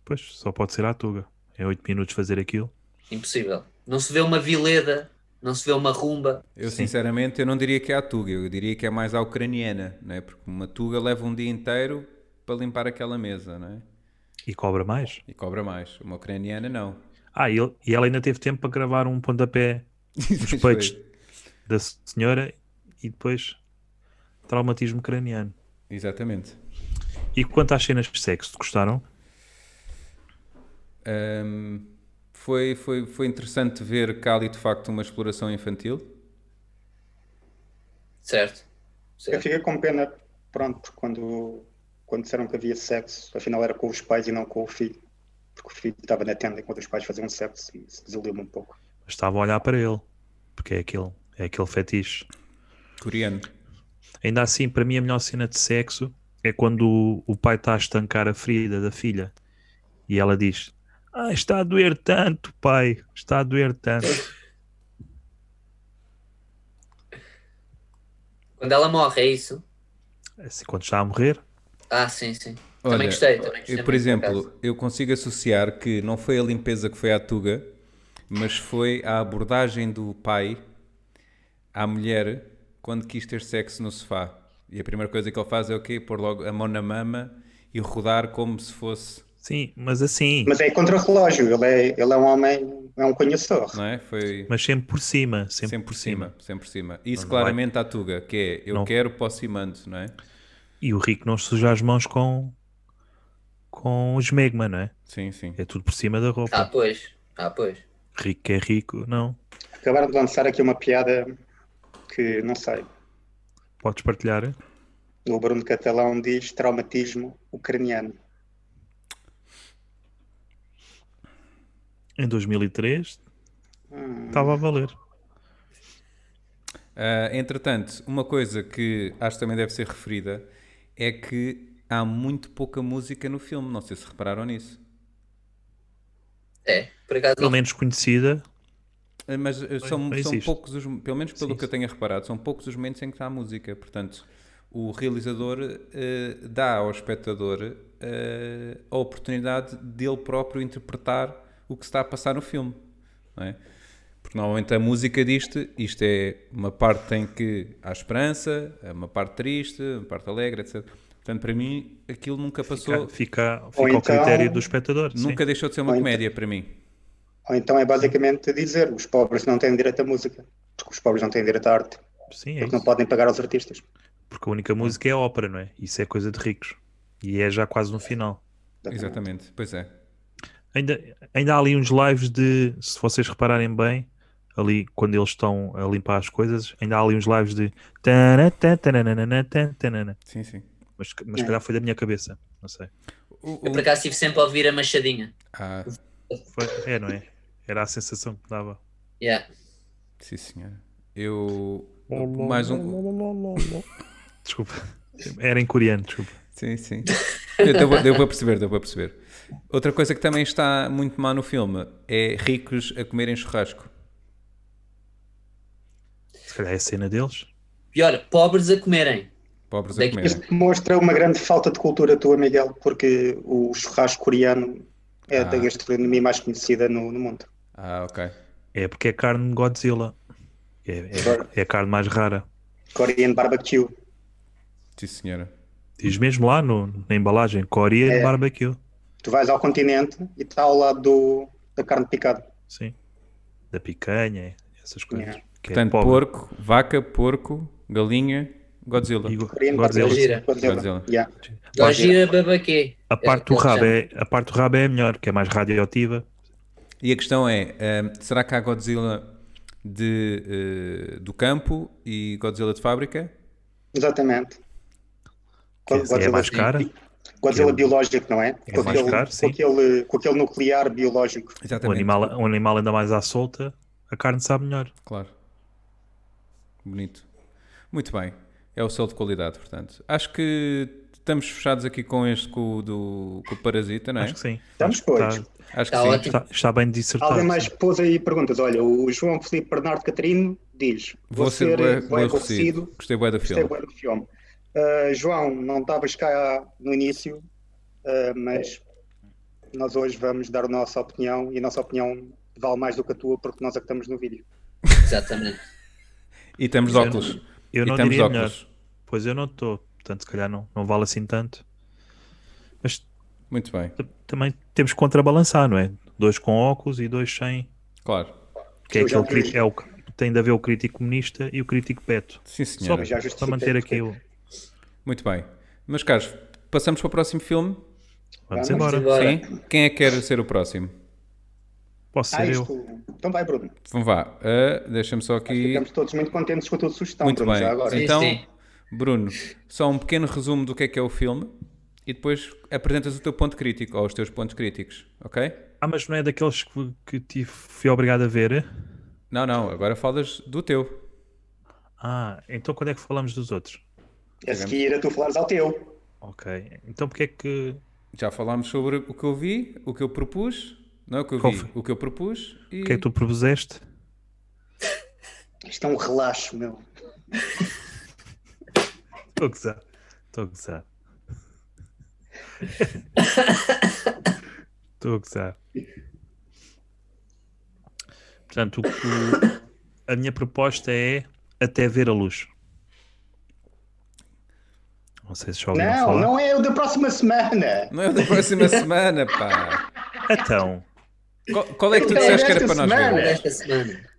[SPEAKER 2] Pois, só pode ser à tuga. Em 8 minutos fazer aquilo.
[SPEAKER 4] Impossível. Não se vê uma vileda, não se vê uma rumba.
[SPEAKER 1] Eu
[SPEAKER 2] Sim.
[SPEAKER 1] sinceramente eu não diria que é a tuga, eu diria que é mais a ucraniana, não é? Porque uma tuga leva um dia inteiro para limpar aquela mesa, não é?
[SPEAKER 2] E cobra mais.
[SPEAKER 1] E cobra mais. Uma ucraniana não.
[SPEAKER 2] Ah, e, ele- e ela ainda teve tempo para gravar um pontapé nos peitos da senhora e depois traumatismo craniano.
[SPEAKER 1] Exatamente.
[SPEAKER 2] E quanto às cenas de sexo, gostaram?
[SPEAKER 1] Ahm, foi, foi, foi interessante ver cá ali de facto uma exploração infantil.
[SPEAKER 4] Certo?
[SPEAKER 3] Eu
[SPEAKER 4] Certo.
[SPEAKER 3] fiquei com pena, pronto, porque quando, quando disseram que havia sexo, afinal era com os pais e não com o filho. Porque o filho estava na tenda enquanto os pais faziam sexo e isso desiludiu-me um pouco.
[SPEAKER 2] Mas estava a olhar para ele, porque é aquele, é aquele fetiche.
[SPEAKER 1] Coreano.
[SPEAKER 2] Ainda assim, para mim, a melhor cena de sexo é quando o, o pai está a estancar a ferida da filha e ela diz: Ah, está a doer tanto, pai, está a doer tanto.
[SPEAKER 4] Quando ela morre, é isso?
[SPEAKER 2] Assim, quando está a morrer,
[SPEAKER 4] Ah, sim, sim.
[SPEAKER 1] Olha,
[SPEAKER 4] também gostei, também gostei.
[SPEAKER 1] Eu,
[SPEAKER 4] muito,
[SPEAKER 1] por exemplo,
[SPEAKER 4] acaso.
[SPEAKER 1] eu consigo associar que não foi a limpeza que foi à Tuga, mas foi a abordagem do pai à mulher quando quis ter sexo no sofá. E a primeira coisa que ele faz é o quê? Pôr logo a mão na mama e rodar como se fosse,
[SPEAKER 2] sim, mas assim,
[SPEAKER 3] Mas é contra-relógio, ele é, ele é um homem, é um conhecedor.
[SPEAKER 1] não é? Foi
[SPEAKER 2] mas sempre por cima, sempre,
[SPEAKER 1] sempre por cima, sempre por cima. Isso
[SPEAKER 2] Não vai-
[SPEAKER 1] claramente à Tuga, que é eu
[SPEAKER 2] Não.
[SPEAKER 1] quero, posso e mando, não é?
[SPEAKER 2] E o rico não suja as mãos com com esmegma, não é?
[SPEAKER 1] Sim, sim.
[SPEAKER 2] É tudo por cima da
[SPEAKER 3] Tá.
[SPEAKER 4] Ah,
[SPEAKER 2] roupa.
[SPEAKER 4] pois. Ah, pois.
[SPEAKER 2] Rico que é rico, não.
[SPEAKER 3] Acabaram de lançar aqui uma piada que, não sei,
[SPEAKER 2] Podes partilhar?
[SPEAKER 3] o Bruno Catalão diz traumatismo ucraniano.
[SPEAKER 2] Em 2003
[SPEAKER 3] Hum.
[SPEAKER 2] estava a valer.
[SPEAKER 1] Ah, entretanto, uma coisa que acho que também deve ser referida é que há muito pouca música no filme. Não sei se repararam nisso.
[SPEAKER 4] É. Por acaso,
[SPEAKER 2] Pelo menos conhecida.
[SPEAKER 1] Ah, Mas ah, são,
[SPEAKER 2] bem
[SPEAKER 1] são
[SPEAKER 2] existe.
[SPEAKER 1] poucos os, pelo menos pelo
[SPEAKER 2] é Sim,
[SPEAKER 1] que eu tenha reparado, são poucos os momentos em que está a música. Portanto, o realizador ah, dá ao espectador ah, a oportunidade dele próprio interpretar o que se está a passar no filme. não é? Porque normalmente a música disto, isto é uma parte em que há esperança, é uma parte triste, uma parte alegre, etc. Portanto, para mim, aquilo nunca passou,
[SPEAKER 2] Fica, fica
[SPEAKER 3] Ou
[SPEAKER 2] ao
[SPEAKER 3] então-
[SPEAKER 2] critério do espectador. sim.
[SPEAKER 1] nunca deixou de ser uma
[SPEAKER 3] Ou então-
[SPEAKER 1] comédia para mim.
[SPEAKER 3] Ou então é basicamente dizer os pobres não têm direito à música, porque os pobres não têm direito à arte,
[SPEAKER 2] Sim, é
[SPEAKER 3] porque não
[SPEAKER 2] isso.
[SPEAKER 3] podem pagar aos artistas.
[SPEAKER 2] Porque a única música é a ópera, não é? Isso é coisa de ricos. E é já quase no final.
[SPEAKER 1] Exatamente, pois é.
[SPEAKER 2] Ainda, ainda há ali uns lives de, se vocês repararem bem, ali quando eles estão a limpar as coisas, ainda há ali uns lives de tanana, tanana, tanana.
[SPEAKER 1] Sim, sim.
[SPEAKER 2] mas, mas se calhar foi da minha cabeça, não sei.
[SPEAKER 1] O-
[SPEAKER 4] Eu
[SPEAKER 1] o-
[SPEAKER 4] É por acaso estive sempre a ouvir a Machadinha.
[SPEAKER 1] Ah,
[SPEAKER 2] Foi- é, não é? Era a sensação que dava.
[SPEAKER 4] Yeah.
[SPEAKER 1] sim, senhora. Eu. Mais um.
[SPEAKER 2] Desculpa. Era em coreano, desculpa.
[SPEAKER 1] Sim, sim. Deu para, deu para perceber, deu para perceber. Outra coisa que também está muito má no filme é ricos a comerem churrasco.
[SPEAKER 2] Se calhar é a cena deles.
[SPEAKER 4] Pior, pobres a comerem.
[SPEAKER 1] Pobres a
[SPEAKER 4] Daqui-
[SPEAKER 1] comerem.
[SPEAKER 3] Isto mostra uma grande falta de cultura tua, Miguel, porque o churrasco coreano é
[SPEAKER 1] Ah.
[SPEAKER 3] da gastronomia mais conhecida no, no mundo.
[SPEAKER 1] Ah, ok.
[SPEAKER 2] É porque é carne de Godzilla. É, é, é a carne mais rara.
[SPEAKER 3] Korean barbecue.
[SPEAKER 1] Sim, senhora.
[SPEAKER 2] Diz mesmo lá no, na embalagem, Coreia
[SPEAKER 3] É.
[SPEAKER 2] Barbecue.
[SPEAKER 3] Tu vais ao continente e está ao lado do- da carne picada.
[SPEAKER 2] Sim. Da picanha, essas coisas.
[SPEAKER 3] Yeah.
[SPEAKER 2] Que é
[SPEAKER 1] Portanto,
[SPEAKER 2] pobre.
[SPEAKER 1] porco, vaca, porco, galinha, Godzilla.
[SPEAKER 2] E go-
[SPEAKER 3] Korean
[SPEAKER 2] Godzilla.
[SPEAKER 4] barbecue.
[SPEAKER 3] barbecue.
[SPEAKER 4] Godzilla.
[SPEAKER 1] Godzilla.
[SPEAKER 3] Yeah.
[SPEAKER 4] Dojira babaquê.
[SPEAKER 2] A parte do
[SPEAKER 4] É, é o que
[SPEAKER 2] rabo
[SPEAKER 4] chama.
[SPEAKER 2] é, a parte do rabo é a melhor, que é mais radioativa.
[SPEAKER 1] E a questão é: ahm, será que há Godzilla de, eh, do campo e Godzilla de fábrica?
[SPEAKER 3] Exatamente.
[SPEAKER 2] Que é- é mais cara.
[SPEAKER 3] Godzilla
[SPEAKER 2] Que é-
[SPEAKER 3] biológico, não é?
[SPEAKER 2] É mais caro,
[SPEAKER 3] com,
[SPEAKER 2] sim.
[SPEAKER 3] aquele, com aquele nuclear biológico.
[SPEAKER 2] O
[SPEAKER 1] Exatamente.
[SPEAKER 2] Um animal, o animal anda mais à solta, a carne sabe melhor.
[SPEAKER 1] Claro. Bonito. Muito bem. É o selo de qualidade, portanto. Acho que estamos fechados aqui com este com o, do, com o Parasita, não é?
[SPEAKER 2] Acho que sim.
[SPEAKER 3] Estamos
[SPEAKER 2] Acho que
[SPEAKER 3] pois.
[SPEAKER 2] está-
[SPEAKER 1] Acho que
[SPEAKER 4] Tá
[SPEAKER 1] sim.
[SPEAKER 4] ótimo.
[SPEAKER 2] está, está bem dissertado.
[SPEAKER 3] Alguém mais pôs aí perguntas. Olha, o João Felipe Bernardo Catarino diz:
[SPEAKER 1] Vou ser bué-
[SPEAKER 3] eh, bem
[SPEAKER 1] bué aborrecido. Gostei bem do
[SPEAKER 3] Gostei
[SPEAKER 1] filme.
[SPEAKER 3] é bué do filme. Ah, João, não estavas cá no início, ah, mas nós hoje vamos dar a nossa opinião e a nossa opinião vale mais do que a tua porque nós é que estamos no vídeo.
[SPEAKER 4] Exatamente.
[SPEAKER 1] E temos
[SPEAKER 4] Eu
[SPEAKER 1] óculos.
[SPEAKER 2] Eu
[SPEAKER 1] e
[SPEAKER 2] não
[SPEAKER 1] temos
[SPEAKER 2] diria
[SPEAKER 1] óculos.
[SPEAKER 2] melhor. Pois eu não estou. Portanto, se calhar não, não vale assim tanto. Mas
[SPEAKER 1] Muito bem.
[SPEAKER 2] t- também temos que contrabalançar, não é? Dois com óculos e dois sem.
[SPEAKER 1] Claro.
[SPEAKER 2] Que é
[SPEAKER 3] Eu já
[SPEAKER 2] aquele
[SPEAKER 3] vi.
[SPEAKER 2] cri- é o que tem de haver o crítico comunista e o crítico peto.
[SPEAKER 1] Sim,
[SPEAKER 2] Só
[SPEAKER 1] senhora.
[SPEAKER 3] Já
[SPEAKER 2] para
[SPEAKER 3] justifiquei,
[SPEAKER 2] manter aqui o.
[SPEAKER 1] Muito bem. Meus caros, passamos para o próximo filme?
[SPEAKER 2] Vamos
[SPEAKER 3] Vamos
[SPEAKER 2] embora.
[SPEAKER 4] embora. Bora.
[SPEAKER 1] Sim? Quem é que quer ser o próximo?
[SPEAKER 2] Posso
[SPEAKER 3] Ah,
[SPEAKER 2] ser eu.
[SPEAKER 3] isto- Então vai, Bruno.
[SPEAKER 1] Vão vá. Ah, Deixa-me só aqui.
[SPEAKER 3] Ficamos todos muito contentes com a tua sugestão,
[SPEAKER 1] Muito
[SPEAKER 3] Tá, Bruno,
[SPEAKER 1] bem.
[SPEAKER 3] já agora.
[SPEAKER 4] Sim.
[SPEAKER 1] Então, Bruno, só um pequeno resumo do que é que é o filme e depois apresentas o teu ponto crítico ou os teus pontos críticos, ok?
[SPEAKER 2] Ah, mas não é daqueles que, que tive, fui obrigado a ver?
[SPEAKER 1] Não, não, agora falas do teu.
[SPEAKER 2] Ah, então quando é que falamos dos outros?
[SPEAKER 3] A seguir a tu falares ao teu.
[SPEAKER 2] Ok. Então porque é que.
[SPEAKER 1] Já falámos sobre o que eu vi, o que eu propus, não é o que eu
[SPEAKER 2] Qual
[SPEAKER 1] vi,
[SPEAKER 2] foi?
[SPEAKER 1] o que eu propus e
[SPEAKER 2] O que é que tu propuseste?
[SPEAKER 3] Isto é um relaxo, meu.
[SPEAKER 2] Estou a gozar. Estou a gozar. Estou a gozar. Portanto, o- o- a minha proposta é até ver a luz. Não sei se já ouviram
[SPEAKER 3] Não,
[SPEAKER 2] falar.
[SPEAKER 3] não é o da próxima semana.
[SPEAKER 1] não é o da próxima semana, pá.
[SPEAKER 2] Então,
[SPEAKER 1] Qual, qual é que tu
[SPEAKER 3] Não, é
[SPEAKER 1] disseste que era
[SPEAKER 3] desta
[SPEAKER 1] para nós
[SPEAKER 3] semana.
[SPEAKER 1] ver?
[SPEAKER 4] Esta semana.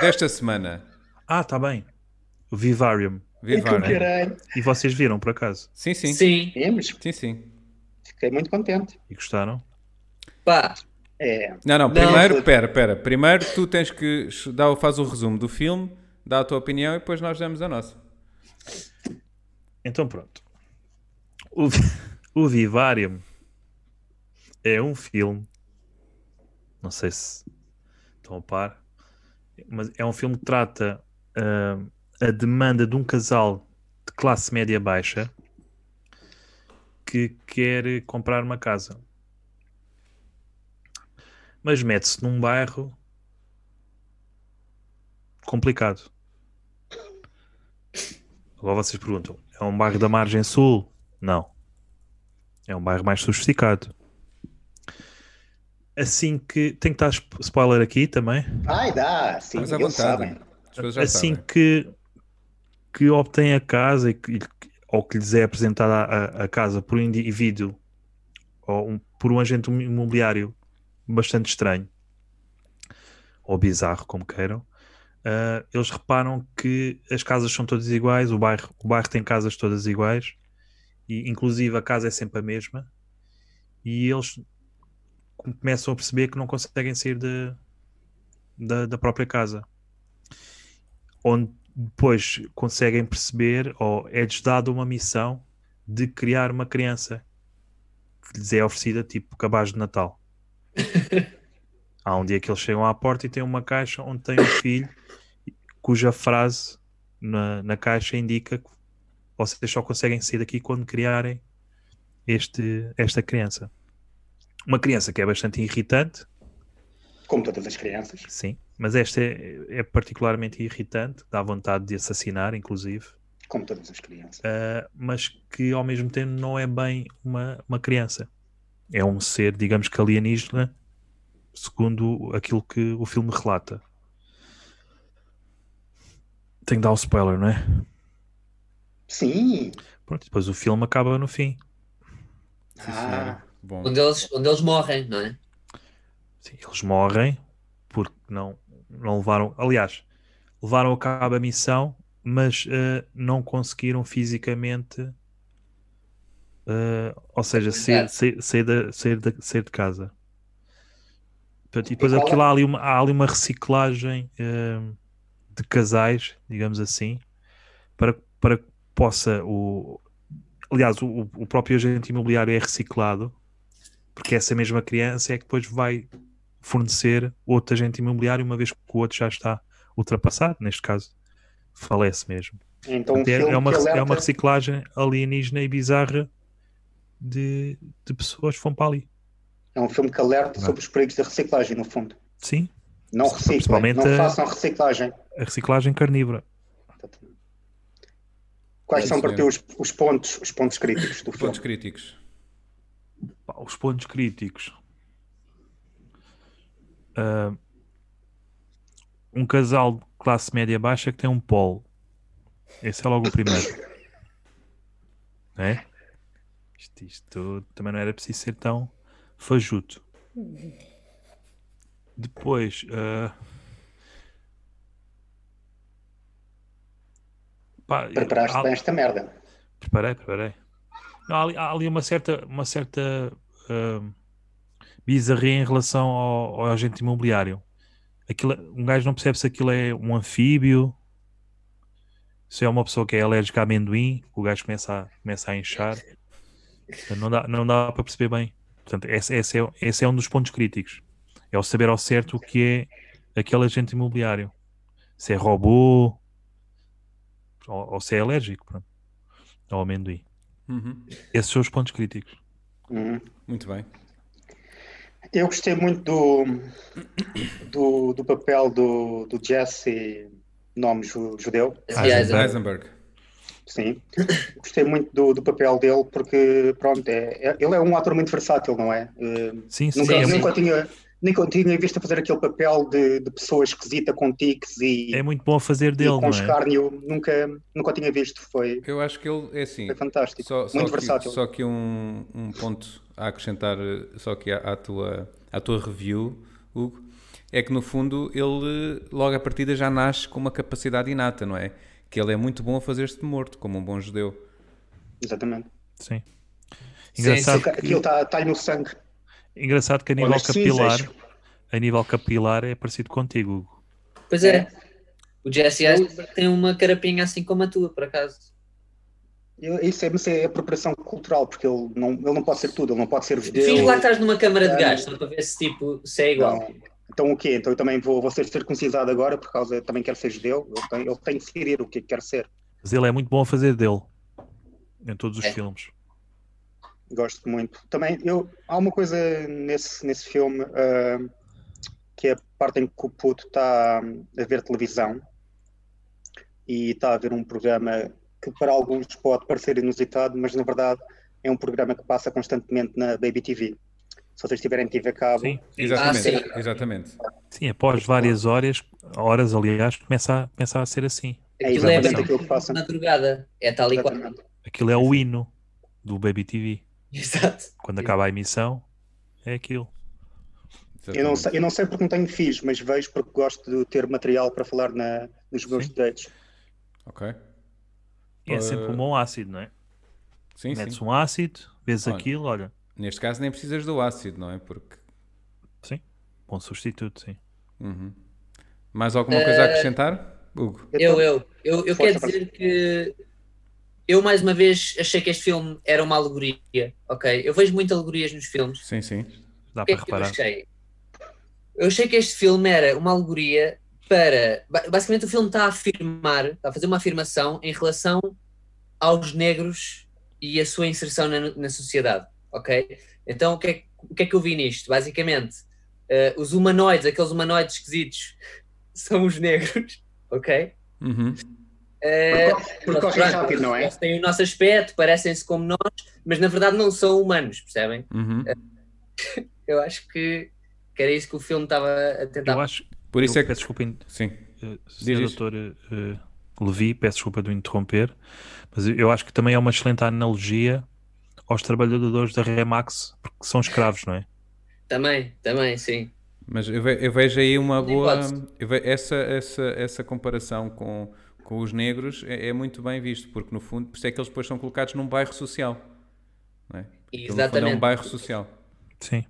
[SPEAKER 1] Desta semana.
[SPEAKER 2] ah, está bem. O Vivarium.
[SPEAKER 3] E
[SPEAKER 1] Viva. né?
[SPEAKER 3] tu, caralho.
[SPEAKER 2] E vocês viram, por acaso?
[SPEAKER 1] Sim, sim. Sim,
[SPEAKER 4] Sim.
[SPEAKER 3] Vimos,
[SPEAKER 1] sim.
[SPEAKER 3] fiquei muito contente.
[SPEAKER 2] E gostaram?
[SPEAKER 4] Pá,
[SPEAKER 3] É,
[SPEAKER 1] Não, não,
[SPEAKER 4] Não,
[SPEAKER 1] primeiro,
[SPEAKER 3] foi-
[SPEAKER 1] pera, pera. Primeiro tu tens que ch- dá, o- faz o resumo do filme, dá a tua opinião e depois nós damos a nossa.
[SPEAKER 2] Então pronto. O, Vi- o Vivarium é um filme. Não sei se estão a par. Mas é um filme que trata ah, a demanda de um casal de classe média baixa que quer comprar uma casa. Mas mete-se num bairro complicado. Agora vocês perguntam: é um bairro da margem sul? Não. É um bairro mais sofisticado. Assim que. Tem que estar sp- spoiler aqui também.
[SPEAKER 3] Ai, dá, sim,
[SPEAKER 1] Mas à
[SPEAKER 3] eles
[SPEAKER 1] vontade.
[SPEAKER 3] sabem.
[SPEAKER 1] As pessoas já
[SPEAKER 2] assim
[SPEAKER 1] sabem.
[SPEAKER 2] que. que obtém a casa e que, ou que lhes é apresentada a, a- a casa por um indivíduo ou um- por um agente imobiliário bastante estranho ou bizarro, como queiram. ah, eles reparam que as casas são todas iguais, o bairro, o bairro tem casas todas iguais, e inclusive a casa é sempre a mesma, e eles começam a perceber que não conseguem sair da, da, da própria casa. onde depois conseguem perceber ou é-lhes dada uma missão de criar uma criança que lhes é oferecida tipo cabaz de Natal. Há um dia que eles chegam à porta e têm uma caixa onde tem um filho cuja frase na, na caixa indica que vocês só conseguem sair daqui quando criarem este, esta criança. Uma criança que é bastante irritante,
[SPEAKER 3] Como todas as crianças.
[SPEAKER 2] sim, mas esta é, é particularmente irritante, dá vontade de assassinar, inclusive,
[SPEAKER 3] Como todas as crianças.
[SPEAKER 2] ah, mas que ao mesmo tempo não é bem uma, uma criança. É um ser, digamos que alienígena, segundo aquilo que o filme relata. Tenho de dar o spoiler, não é?
[SPEAKER 3] Sim.
[SPEAKER 2] Pronto, depois o filme acaba no fim.
[SPEAKER 1] Sim,
[SPEAKER 3] Ah,
[SPEAKER 1] senhora. Bom,
[SPEAKER 4] Onde eles, onde eles morrem, não é?
[SPEAKER 2] Sim, eles morrem porque não, não levaram. Aliás, levaram a cabo a missão, mas eh, não conseguiram fisicamente. eh, ou seja, sair,
[SPEAKER 4] Comunicar.
[SPEAKER 2] sair, sair, da- sair da- sair de casa. Portanto, e depois
[SPEAKER 3] qual é-
[SPEAKER 2] aquilo há ali uma, há ali uma reciclagem eh, de casais, digamos assim, para, para que possa o. Aliás, o, o próprio agente imobiliário é reciclado, porque essa mesma criança é que depois vai fornecer outro agente imobiliário, uma vez que o outro já está ultrapassado, neste caso, falece mesmo.
[SPEAKER 3] então um
[SPEAKER 2] Portanto, é,
[SPEAKER 3] filme
[SPEAKER 2] é uma,
[SPEAKER 3] que alerta...
[SPEAKER 2] é uma reciclagem alienígena e bizarra de, de pessoas que vão para ali.
[SPEAKER 3] é um filme que alerta
[SPEAKER 2] Não.
[SPEAKER 3] sobre os perigos da reciclagem, no fundo.
[SPEAKER 2] Sim,
[SPEAKER 3] Não reciclem,
[SPEAKER 2] Principalmente eh,
[SPEAKER 3] não
[SPEAKER 2] a-
[SPEAKER 3] façam reciclagem.
[SPEAKER 2] a reciclagem carnívora.
[SPEAKER 3] Quais
[SPEAKER 1] Sim,
[SPEAKER 3] são para ti
[SPEAKER 1] senhor.
[SPEAKER 3] os, os pontos, os pontos críticos do filme?
[SPEAKER 1] pontos críticos.
[SPEAKER 2] Pá, os pontos críticos. Ah, um casal de classe média baixa que tem um polo. Esse é logo o primeiro. né? Isto, isto também não era preciso ser tão fajuto. Depois. ah, pá,
[SPEAKER 3] Preparaste
[SPEAKER 2] há-
[SPEAKER 3] bem esta merda.
[SPEAKER 2] Preparei, preparei. Não, há, ali, há ali uma certa, uma certa ahm, bizarria em relação ao, ao agente imobiliário. Aquilo, é- um gajo não percebe se aquilo é um anfíbio, se é uma pessoa que é alérgica a amendoim, o gajo começa a, começa a inchar. Portanto, Não dá, não dá para perceber bem. Portanto, esse, esse é, esse é um dos pontos críticos. É o saber ao certo o que é aquele agente imobiliário. Se é robô ou, ou se é alérgico. Pronto ao amendoim.
[SPEAKER 1] Uhum.
[SPEAKER 2] Esses são os pontos críticos.
[SPEAKER 3] Uhum.
[SPEAKER 1] Muito bem.
[SPEAKER 3] Eu gostei muito do, do, do papel do, do Jesse, nome ju- judeu,
[SPEAKER 4] Esse
[SPEAKER 2] Ah,
[SPEAKER 4] gajo-
[SPEAKER 2] Exato.
[SPEAKER 1] Heisenberg.
[SPEAKER 3] sim. Gostei muito do, do papel dele porque, pronto, é, é- ele é um ator muito versátil, não é? Eh,
[SPEAKER 2] Sim, sim.
[SPEAKER 3] nunca,
[SPEAKER 2] é,
[SPEAKER 3] nunca tinha, nunca tinha visto fazer aquele papel de, de pessoa esquisita com tiques e,
[SPEAKER 2] é muito bom a fazer
[SPEAKER 3] e
[SPEAKER 2] dele,
[SPEAKER 3] com
[SPEAKER 2] não é?
[SPEAKER 3] escárnio. Nunca, nunca o tinha visto, foi,
[SPEAKER 1] Eu acho que ele é assim.
[SPEAKER 3] foi fantástico.
[SPEAKER 1] Só, só
[SPEAKER 3] muito
[SPEAKER 1] que,
[SPEAKER 3] versátil.
[SPEAKER 1] só que um, um ponto a acrescentar, eh, só que à, à tua, à tua review, Hugo, é que no fundo ele logo à partida já nasce com uma capacidade inata, não é? Que ele é muito bom a fazer-se morto, como um bom judeu.
[SPEAKER 3] Exatamente.
[SPEAKER 2] Sim.
[SPEAKER 4] Sim,
[SPEAKER 2] Engraçado,
[SPEAKER 4] sim.
[SPEAKER 3] Aquilo
[SPEAKER 2] que,
[SPEAKER 3] está tá no sangue.
[SPEAKER 2] engraçado que a
[SPEAKER 3] ou
[SPEAKER 2] nível
[SPEAKER 3] nas
[SPEAKER 2] capilar,
[SPEAKER 3] cinzas.
[SPEAKER 2] a nível capilar é parecido contigo, Hugo.
[SPEAKER 4] Pois é. O Jesse Eisenberg tem uma carapinha assim como a tua, por acaso.
[SPEAKER 3] Eu- Isso é, mas é apropriação cultural, porque ele não, ele não pode ser tudo, ele não pode ser judeu.
[SPEAKER 4] Finge lá que estás numa câmara de
[SPEAKER 3] Ah,
[SPEAKER 4] gás, só para ver se, tipo, se é igual.
[SPEAKER 3] Não. Então o quê? Então eu também vou, vou ser circuncisado agora por causa, também quero ser judeu. Ele tem, ele tem que decidir o que é que quer ser.
[SPEAKER 2] Mas ele é muito bom a fazer dele em todos os
[SPEAKER 4] É.
[SPEAKER 2] filmes.
[SPEAKER 3] Gosto muito. Também eu, há uma coisa nesse, nesse filme ah, que é a parte em que o puto está a ver televisão e está a ver um programa que para alguns pode parecer inusitado, mas na verdade é um programa que passa constantemente na Baby TV. Se vocês tiverem TV a
[SPEAKER 4] Tá
[SPEAKER 3] cabo,
[SPEAKER 2] Sim,
[SPEAKER 1] Exatamente,
[SPEAKER 4] sim.
[SPEAKER 1] Ah, exatamente.
[SPEAKER 2] sim após várias horas, horas aliás, começa a, começa a ser assim.
[SPEAKER 3] é
[SPEAKER 4] Aquilo é
[SPEAKER 3] exatamente
[SPEAKER 2] bem-
[SPEAKER 3] aquilo que passa.
[SPEAKER 4] madrugada. É tal e qual.
[SPEAKER 3] Exatamente.
[SPEAKER 2] Aquilo é o hino do Baby TV.
[SPEAKER 4] Exato.
[SPEAKER 2] Quando acaba a emissão, é aquilo.
[SPEAKER 1] exatamente.
[SPEAKER 3] Eu não, sei, eu não sei porque não tenho filhos, mas vejo porque gosto de ter material para falar na- nos meus
[SPEAKER 2] Sim.
[SPEAKER 3] direitos.
[SPEAKER 1] Ok.
[SPEAKER 2] E é sempre um bom ácido, não é?
[SPEAKER 1] Sim,
[SPEAKER 2] Metes
[SPEAKER 1] sim.
[SPEAKER 2] um ácido, vês
[SPEAKER 1] Olha.
[SPEAKER 2] aquilo, olha,
[SPEAKER 1] Neste caso nem precisas do ácido, não é? Porque.
[SPEAKER 2] bom substituto, sim.
[SPEAKER 1] Uhum. Mais alguma coisa a acrescentar? Hugo.
[SPEAKER 4] Eu,
[SPEAKER 3] Então,
[SPEAKER 4] eu, eu, eu quero
[SPEAKER 3] Força,
[SPEAKER 4] dizer que eu mais uma vez achei que este filme era uma alegoria, ok? Eu vejo muitas alegorias nos filmes.
[SPEAKER 1] Sim, sim.
[SPEAKER 2] Dá
[SPEAKER 4] O que é
[SPEAKER 2] para
[SPEAKER 4] que eu
[SPEAKER 2] reparar.
[SPEAKER 4] achei? Eu achei que este filme era uma alegoria para. ba- Basicamente, o filme está a afirmar, está a fazer uma afirmação em relação aos negros e a sua inserção na, na sociedade, ok? Então, o que, é, que- o que é que eu vi nisto? Basicamente, eh, os humanoides, aqueles humanoides esquisitos, são os negros, ok?
[SPEAKER 1] Uhum.
[SPEAKER 4] Eh,
[SPEAKER 3] Então, Porque correm
[SPEAKER 4] pronto,
[SPEAKER 3] rápido, não é?
[SPEAKER 4] Eles têm o nosso aspecto, parecem-se como nós, mas na verdade não são humanos, percebem?
[SPEAKER 1] Uhum.
[SPEAKER 4] Eu acho que, que era isso que o filme estava a tentar.
[SPEAKER 2] Eu acho.
[SPEAKER 1] Por isso
[SPEAKER 2] eu
[SPEAKER 1] é que.
[SPEAKER 2] peço desculpa, in-
[SPEAKER 1] Sim.
[SPEAKER 2] eh,
[SPEAKER 1] Diz
[SPEAKER 2] Sr.
[SPEAKER 1] isso.
[SPEAKER 2] Doutor eh, eh, Levi, peço desculpa de o interromper, mas eu- eu acho que também é uma excelente analogia aos trabalhadores da Remax, porque são escravos, não é?
[SPEAKER 4] Também, também, sim.
[SPEAKER 1] Mas eu, ve- eu vejo aí uma
[SPEAKER 4] Nem
[SPEAKER 1] boa.
[SPEAKER 4] gosto.
[SPEAKER 1] eu ve- essa, essa, essa comparação com, com os negros é, é muito bem visto, porque no fundo, por isso é que eles depois são colocados num bairro social. Não é? Aquilo, no fundo, É
[SPEAKER 4] Exatamente.
[SPEAKER 1] um bairro social.
[SPEAKER 2] Sim.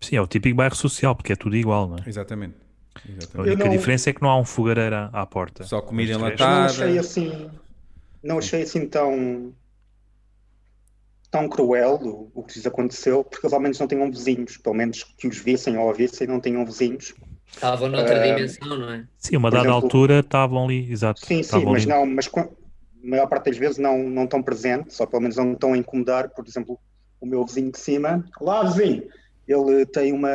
[SPEAKER 2] Sim, é o típico bairro social, porque é tudo igual, não é?
[SPEAKER 1] Exatamente.
[SPEAKER 2] A
[SPEAKER 1] Exatamente.
[SPEAKER 2] única
[SPEAKER 3] não-
[SPEAKER 2] diferença é que não há um fogareiro à, à porta.
[SPEAKER 1] Só comida
[SPEAKER 2] Mas de resto-
[SPEAKER 3] Eu não
[SPEAKER 1] enlatada.
[SPEAKER 3] achei assim. Não achei assim tão. tão cruel o, o que lhes aconteceu, porque eles ao menos não tinham vizinhos, pelo menos que os vissem ou ouvissem, não tinham vizinhos.
[SPEAKER 4] Estavam noutra
[SPEAKER 3] Ah,
[SPEAKER 4] dimensão, não é?
[SPEAKER 2] Sim, uma
[SPEAKER 3] Por
[SPEAKER 2] dada
[SPEAKER 3] exemplo-
[SPEAKER 2] altura estavam ali, exato.
[SPEAKER 3] Sim, sim,
[SPEAKER 2] estavam
[SPEAKER 3] mas
[SPEAKER 2] ali.
[SPEAKER 3] não, mas com- a maior parte das vezes não, não estão presentes, ou pelo menos não estão a incomodar, por exemplo, o meu vizinho de cima. Olá, vizinho! Ele tem uma,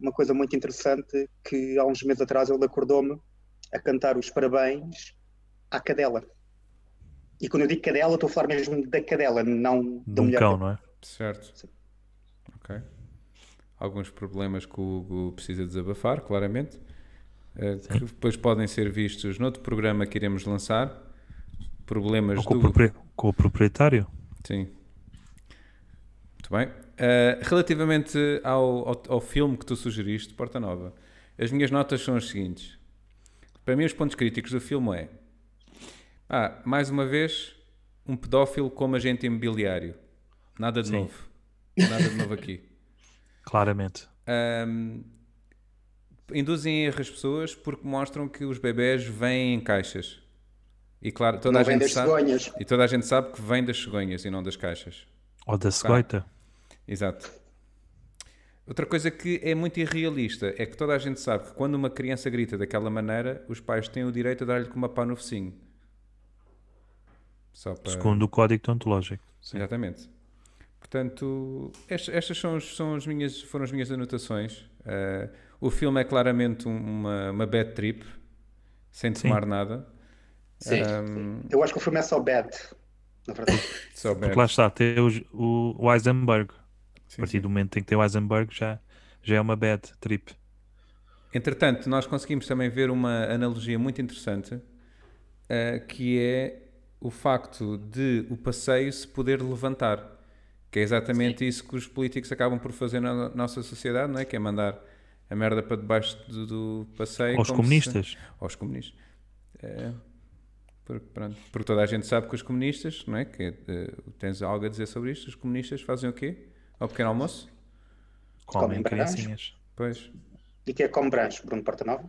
[SPEAKER 3] uma coisa muito interessante que há uns meses atrás ele acordou-me a cantar os parabéns à cadela. E quando eu digo cadela, estou a falar mesmo da cadela, não
[SPEAKER 2] De
[SPEAKER 3] da
[SPEAKER 2] um
[SPEAKER 3] mulher.
[SPEAKER 2] cão, não é?
[SPEAKER 1] Certo.
[SPEAKER 3] Sim.
[SPEAKER 1] Ok. Alguns problemas que o Hugo precisa desabafar, claramente, eh, que depois podem ser vistos noutro programa que iremos lançar. Problemas
[SPEAKER 2] Ou com,
[SPEAKER 1] do.
[SPEAKER 2] o propri- com o proprietário.
[SPEAKER 1] Sim. Muito bem. Eh, relativamente ao, ao, ao filme que tu sugeriste, Porta Nova, as minhas notas são as seguintes. Para mim, os pontos críticos do filme é. Ah, mais uma vez, um pedófilo como agente imobiliário. Nada de novo. Nada de novo aqui.
[SPEAKER 2] Claramente.
[SPEAKER 1] Induzem a erro as pessoas porque mostram que os bebés vêm em caixas. E claro, toda
[SPEAKER 3] Não
[SPEAKER 1] a
[SPEAKER 3] vem
[SPEAKER 1] gente
[SPEAKER 3] das
[SPEAKER 1] sabe.
[SPEAKER 3] cegonhas.
[SPEAKER 1] E toda a gente sabe que vem das cegonhas e não das caixas.
[SPEAKER 2] Ou da cegoita.
[SPEAKER 1] Exato. Outra coisa que é muito irrealista é que toda a gente sabe que quando uma criança grita daquela maneira, os pais têm o direito a dar-lhe com uma pá no focinho. Só para...
[SPEAKER 2] Segundo o código deontológico.
[SPEAKER 1] Exatamente. Portanto, est- estas são, os- são as minhas, foram as minhas anotações. Eh, o filme é claramente um- uma, uma bad trip, sem tomar nada.
[SPEAKER 4] Sim.
[SPEAKER 3] Eu acho que o filme é só bad, na verdade.
[SPEAKER 1] Só bad.
[SPEAKER 2] Porque lá está, tem os- o, o Heisenberg.
[SPEAKER 1] Sim,
[SPEAKER 2] a partir do momento em que tem o Heisenberg, já, já é uma bad trip.
[SPEAKER 1] Entretanto, nós conseguimos também ver uma analogia muito interessante, eh, que é o facto de o passeio se poder levantar, que é exatamente isso que os políticos acabam por fazer na nossa sociedade, não é? Que é mandar a merda para debaixo do, do passeio.
[SPEAKER 2] Aos
[SPEAKER 1] como se-
[SPEAKER 2] comunistas.
[SPEAKER 1] aos comunistas. Eh, porque, pronto, porque toda a gente sabe que os comunistas, não é? Que, eh, tens algo a dizer sobre isto? Os comunistas fazem o quê? Ao pequeno almoço?
[SPEAKER 2] Comem
[SPEAKER 3] Comem bananas.
[SPEAKER 2] criancinhas.
[SPEAKER 1] Pois.
[SPEAKER 3] E que é como branco, Bruno Portanova?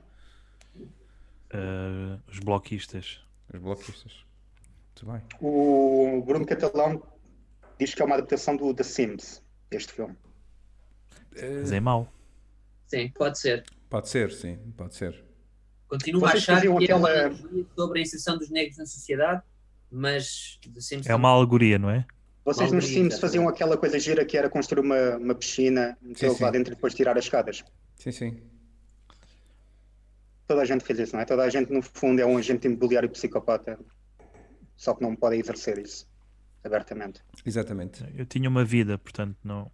[SPEAKER 2] Ah, os bloquistas.
[SPEAKER 1] Os bloquistas. Muito bem.
[SPEAKER 3] O Bruno Catalão diz que é uma adaptação do The Sims, este filme.
[SPEAKER 1] Eh,
[SPEAKER 2] Mas é mau.
[SPEAKER 4] Sim, pode ser.
[SPEAKER 1] Pode ser, sim, pode ser.
[SPEAKER 4] Continuo a
[SPEAKER 3] Vocês
[SPEAKER 4] achar que
[SPEAKER 3] faziam
[SPEAKER 4] é uma
[SPEAKER 3] aquela-
[SPEAKER 4] analogia sobre a inserção dos negros na sociedade, mas The Simpsons
[SPEAKER 2] É uma alegoria, não é?
[SPEAKER 3] Vocês
[SPEAKER 4] Mal
[SPEAKER 3] nos Sims
[SPEAKER 4] organizado.
[SPEAKER 3] faziam aquela coisa gira que era construir uma, uma piscina, metê-los
[SPEAKER 1] sim.
[SPEAKER 3] lá dentro e depois tirar as escadas.
[SPEAKER 1] Sim, sim.
[SPEAKER 3] Toda a gente fez isso, não é? Toda a gente, no fundo, é um agente imobiliário psicopata. Só que não podem exercer isso abertamente.
[SPEAKER 1] Exatamente.
[SPEAKER 2] Eu tinha uma vida, portanto, não.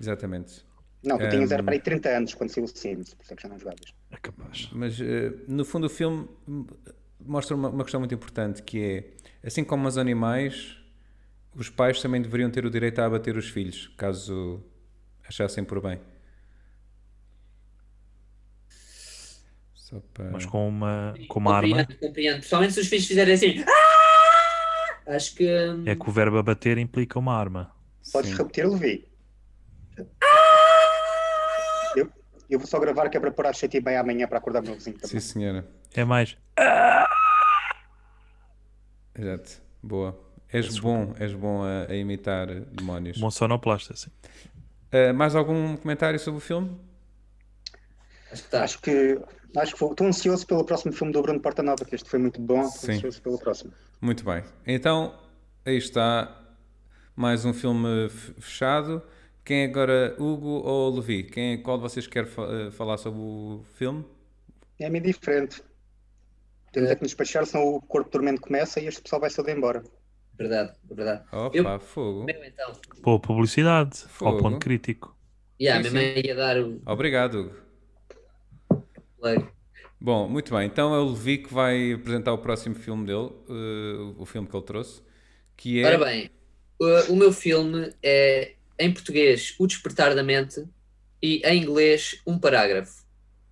[SPEAKER 1] Exatamente.
[SPEAKER 3] Não, tu tinhas
[SPEAKER 1] Hum.
[SPEAKER 3] era para aí 30 anos quando saiu o Sims, por isso é que já não jogavas.
[SPEAKER 2] É capaz.
[SPEAKER 1] Mas eh, no fundo o filme hum, mostra uma, uma questão muito importante que é assim como os animais, os pais também deveriam ter o direito a abater os filhos, caso achassem por bem. Só para.
[SPEAKER 2] Mas com uma, com uma arma.
[SPEAKER 4] compreendo, compreendo. Principalmente se os filhos fizerem assim. "Ah!" Acho que. hum,
[SPEAKER 2] É que o verbo abater implica uma arma.
[SPEAKER 3] Podes
[SPEAKER 1] Sim.
[SPEAKER 3] repetir, Levi? Eu, Eu vou só gravar que é para pôr às 7 e meia amanhã para acordar o meu vizinho
[SPEAKER 1] Sim,
[SPEAKER 3] também.
[SPEAKER 1] senhora.
[SPEAKER 2] É mais.
[SPEAKER 1] Exato. Boa. És bom, és bom a, a imitar demónios.
[SPEAKER 2] Bom sonoplasta, sim.
[SPEAKER 1] Ah, mais algum comentário sobre o filme?
[SPEAKER 4] Acho que tá, está.
[SPEAKER 3] Acho que acho que vou- estou ansioso pelo próximo filme do Bruno Porta Nova, que este foi muito bom. Estou
[SPEAKER 1] Sim.
[SPEAKER 3] ansioso pelo próximo.
[SPEAKER 1] Muito bem. Então, aí está mais um filme f- fechado. Quem é agora, Hugo ou Levi? Quem, é- qual de vocês quer fa- eh, falar sobre o filme?
[SPEAKER 3] É meio diferente. Temos é que nos despachar, senão o corpo dormente começa e este pessoal vai todo embora.
[SPEAKER 4] Verdade, verdade.
[SPEAKER 1] Opa,
[SPEAKER 4] Eu-
[SPEAKER 1] fogo.
[SPEAKER 4] Meu então.
[SPEAKER 2] Pô, publicidade.
[SPEAKER 1] Fogo.
[SPEAKER 2] Ao ponto crítico.
[SPEAKER 4] Yeah,
[SPEAKER 1] Sim,
[SPEAKER 4] minha mãe ia dar o
[SPEAKER 1] Obrigado, Hugo.
[SPEAKER 4] plug.
[SPEAKER 1] Bom, muito bem. Então é o Levi que vai apresentar o próximo filme dele, eh, o filme que ele trouxe, que é...
[SPEAKER 4] Ora bem, uh, o, o meu filme é em português O Despertar da Mente e em inglês um parágrafo.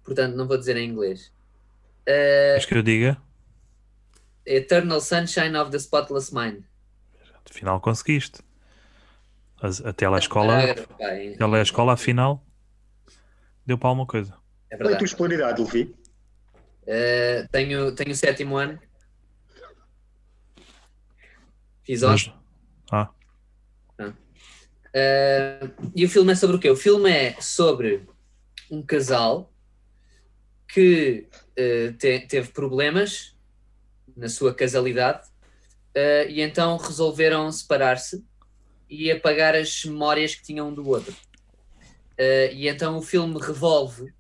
[SPEAKER 4] Portanto, não vou dizer em inglês.
[SPEAKER 2] Queres que eu diga?
[SPEAKER 4] Eternal Sunshine of the Spotless Mind.
[SPEAKER 2] Afinal conseguiste. As- A telescola.
[SPEAKER 4] Parágrafo, pá, é,
[SPEAKER 2] Telescola, afinal. Deu para alguma coisa.
[SPEAKER 3] Qual é
[SPEAKER 4] é
[SPEAKER 3] a tua
[SPEAKER 4] verdade.
[SPEAKER 3] escolaridade, Levi?
[SPEAKER 4] Eh, tenho, tenho o sétimo ano. Fiz ontem.
[SPEAKER 2] Mas- Ah,
[SPEAKER 4] Uh, e o filme é sobre o quê? O filme é sobre um casal que uh, te- teve problemas na sua casalidade uh, e então resolveram separar-se e apagar as memórias que tinham um do outro. Uh, e então o filme revolve uh,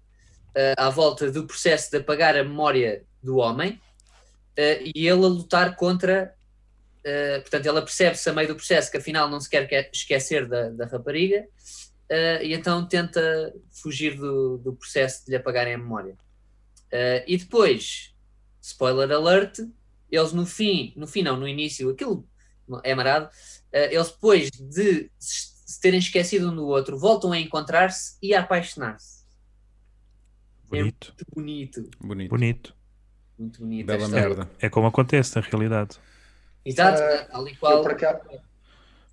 [SPEAKER 4] à volta do processo de apagar a memória do homem uh, e ele a lutar contra Uh, portanto, ela percebe-se a meio do processo que afinal não se quer que- esquecer da, da rapariga uh, e então tenta fugir do, do processo de lhe apagarem a memória. Uh, e depois, spoiler alert, eles no fim, no fim não, no início, aquilo é marado, uh, eles depois de se se terem esquecido um do outro, voltam a encontrar-se e a apaixonar-se. É
[SPEAKER 2] bonito.
[SPEAKER 4] Muito bonito,
[SPEAKER 1] Bonito.
[SPEAKER 2] Bonito.
[SPEAKER 4] muito bonito.
[SPEAKER 1] Bela
[SPEAKER 4] esta-
[SPEAKER 1] merda.
[SPEAKER 2] É como acontece na realidade.
[SPEAKER 4] Exato,
[SPEAKER 3] Ah,
[SPEAKER 4] tal e
[SPEAKER 3] Eu
[SPEAKER 4] qual.
[SPEAKER 3] por, acaso,